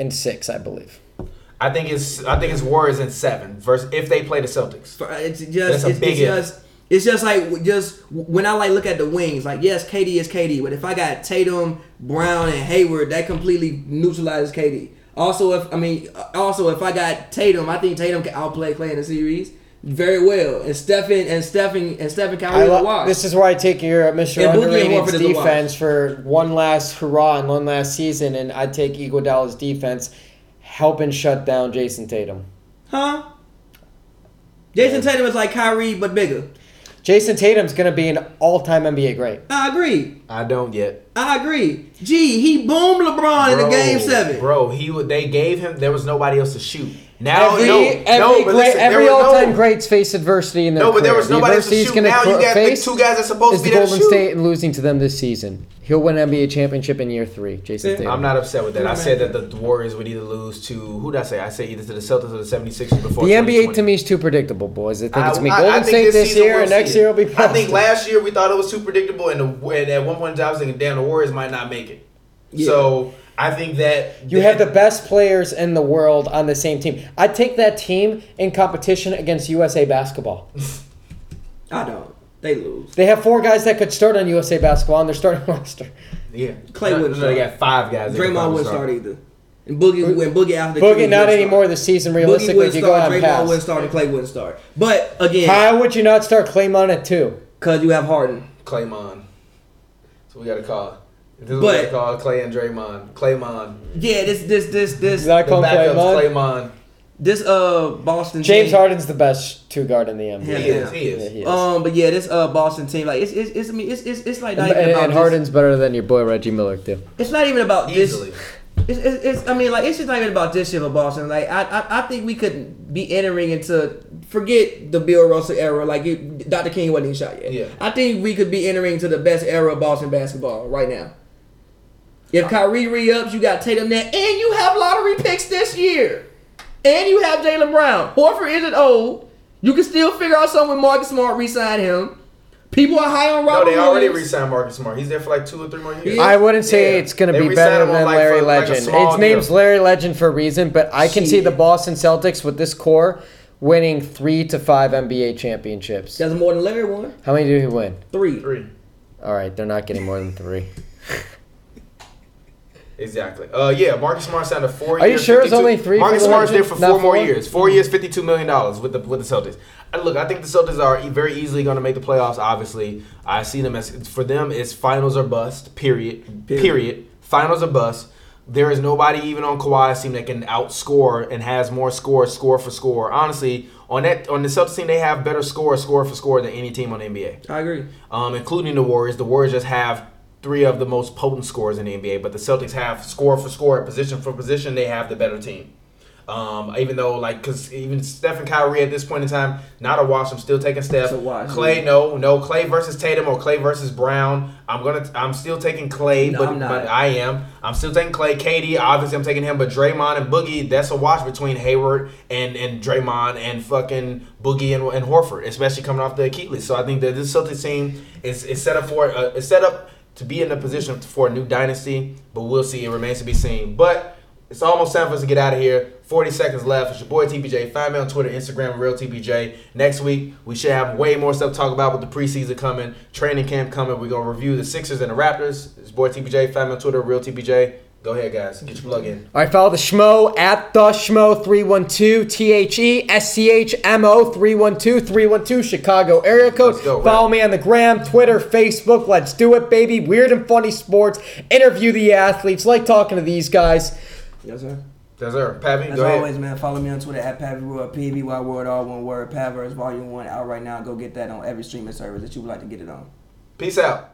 in six, I believe. I think it's I think it's Warriors in seven versus if they play the Celtics. For- uh, It's That's just a it's, big it's if. just it's just like w- just when I like look at the wings, like yes, KD is KD, but if I got Tatum, Brown, and Hayward, that completely neutralizes KD. Also, if I mean, uh, also if I got Tatum, I think Tatum can outplay Clay in the series very well, and Stephen and Stephen and Stephen Kyrie I are lo- watch. this is where I take your Mr. And Boogie and Underrated's Horford is a wash. defense for one last hurrah and one last season, and I take Iguodala's defense helping shut down Jason Tatum. huh? Jason Tatum is like Kyrie but bigger. Jason Tatum's going to be an all-time NBA great. I agree. I don't yet. I agree. Gee, he boomed LeBron in the game seven. Bro, he would they gave him there was nobody else to shoot. Now every no, every, no, but great, listen, there every was no- all-time greats face adversity in their No, but there career. was nobody else to adversity he's shoot. gonna Now you cr- gotta pick face two guys that's supposed is to be the there to Golden shoot. State and losing to them this season. He'll win NBA championship in year three. Jason Yeah. Tatum. I'm not upset with that. I said that the Warriors would either lose to who did I say? I said either to the Celtics or the 76ers before. the NBA 2020. to me is too predictable, boys. I think it's me. I- I- I Golden think State this season year, we'll and see next it. year will be. I think Boston. last year we thought it was too predictable, and, the, and at one point in time I was thinking, damn, the Warriors might not make it. Yeah. So I think that You have the best players in the world on the same team. I take that team in competition against USA basketball. I don't. They lose. They have four guys that could start on USA basketball on their starting roster. yeah. Clay no, wouldn't no, they start. got five guys. that could Draymond probably wouldn't start either. And Boogie and Boogie after the Boogie Achilles not wouldn't anymore start. this season. Boogie Realistically, wouldn't if you go start. on Draymond wouldn't pass. start. And Clay wouldn't start. But again, How would you not start Claymon at two? because you have Harden. Claymon. So we got to call. This is But- what we call Clay and Draymond. Claymon. Yeah, this this this this Not The call backup's Claymon. Claymon. this uh Boston James team, Harden's the best two guard in the NBA. He Yeah, is. yeah. He Yeah, is. he is. Um, but yeah, this uh Boston team, like it's it's, it's I mean it's it's, it's like not and, even about and this- Harden's better than your boy Reggie Miller too. It's not even about Easily. this. It's, it's, it's I mean like it's just not even about this shit for Boston. Like I, I I think we could be entering into forget the Bill Russell era. Like you, Dr. King wasn't even shot yet. Yeah. I think we could be entering into the best era of Boston basketball right now. If Kyrie re-ups, you got Tatum there, and you have lottery picks this year, and you have Jalen Brown. Horford isn't old. You can still figure out something with Marcus Smart re-sign him. People are high on No, Robert they already Williams. re-signed Marcus Smart. He's there for like two or three more years. Yeah. I wouldn't say Yeah. it's going to They be re-signed better him on, than like, Larry for, like, a Legend. small His name's deal. Larry Legend for a reason, but I can see the Shit. Boston Celtics with this core winning three to five NBA championships. That's more than Larry won. How many did he win? Three. Three. All right, they're not getting more than three. Exactly. Uh, yeah, Marcus Smart signed a four. Are you sure it's only three for Marcus the Smart's there Lakers? for Not four more four? years. Four years, fifty-two million dollars with the with the Celtics. And look, I think the Celtics are e- very easily going to make the playoffs. Obviously, I see them as for them it's finals or bust. Period. Period. Period. Finals or bust. There is nobody even on Kawhi's team that can outscore and has more scores, score for score. Honestly, on that on the Celtics team, they have better score, score for score than any team on the NBA I agree. um, including the Warriors. The Warriors just have three of the most potent scorers in the NBA, but the Celtics have score for score, position for position, they have the better team. Um, even though, like, because even Steph and Kyrie at this point in time, not a wash. I'm still taking Steph. It's a wash, Clay, yeah. no, no. Clay versus Tatum or Clay versus Brown. I'm gonna, I'm still taking Clay, No, but, I'm not. but I am. I'm still taking Clay. KD, obviously, I'm taking him. But Draymond and Boogie, that's a wash between Hayward and and Draymond and fucking Boogie and, and Horford, especially coming off the Achilles. So I think that this Celtics team is, is set up for uh, is set up to be in a position for a new dynasty. But we'll see. It remains to be seen. But it's almost time for us to get out of here. 40 seconds left. It's your boy TPJ. Find me on Twitter, Instagram, Real TPJ. Next week, we should have way more stuff to talk about with the preseason coming, training camp coming. We're going to review the Sixers and the Raptors. It's your boy TPJ. Find me on Twitter, Real TPJ. Go ahead, guys. Get your plug in. All right, follow the Schmo at the Schmo 312 T H E S C H M O 312 312 Chicago area code. Let's go, Rap. follow me on the gram, Twitter, Facebook. Let's do it, baby. Weird and funny sports. Interview the athletes. Like talking to these guys. Yes, sir. That's her. Pappy, As go ahead. always, man, follow me on Twitter at Pavyworld, P-A-V-Y World, all one word. Pavers Volume 1 out right now. Go get that on every streaming service that you would like to get it on. Peace out.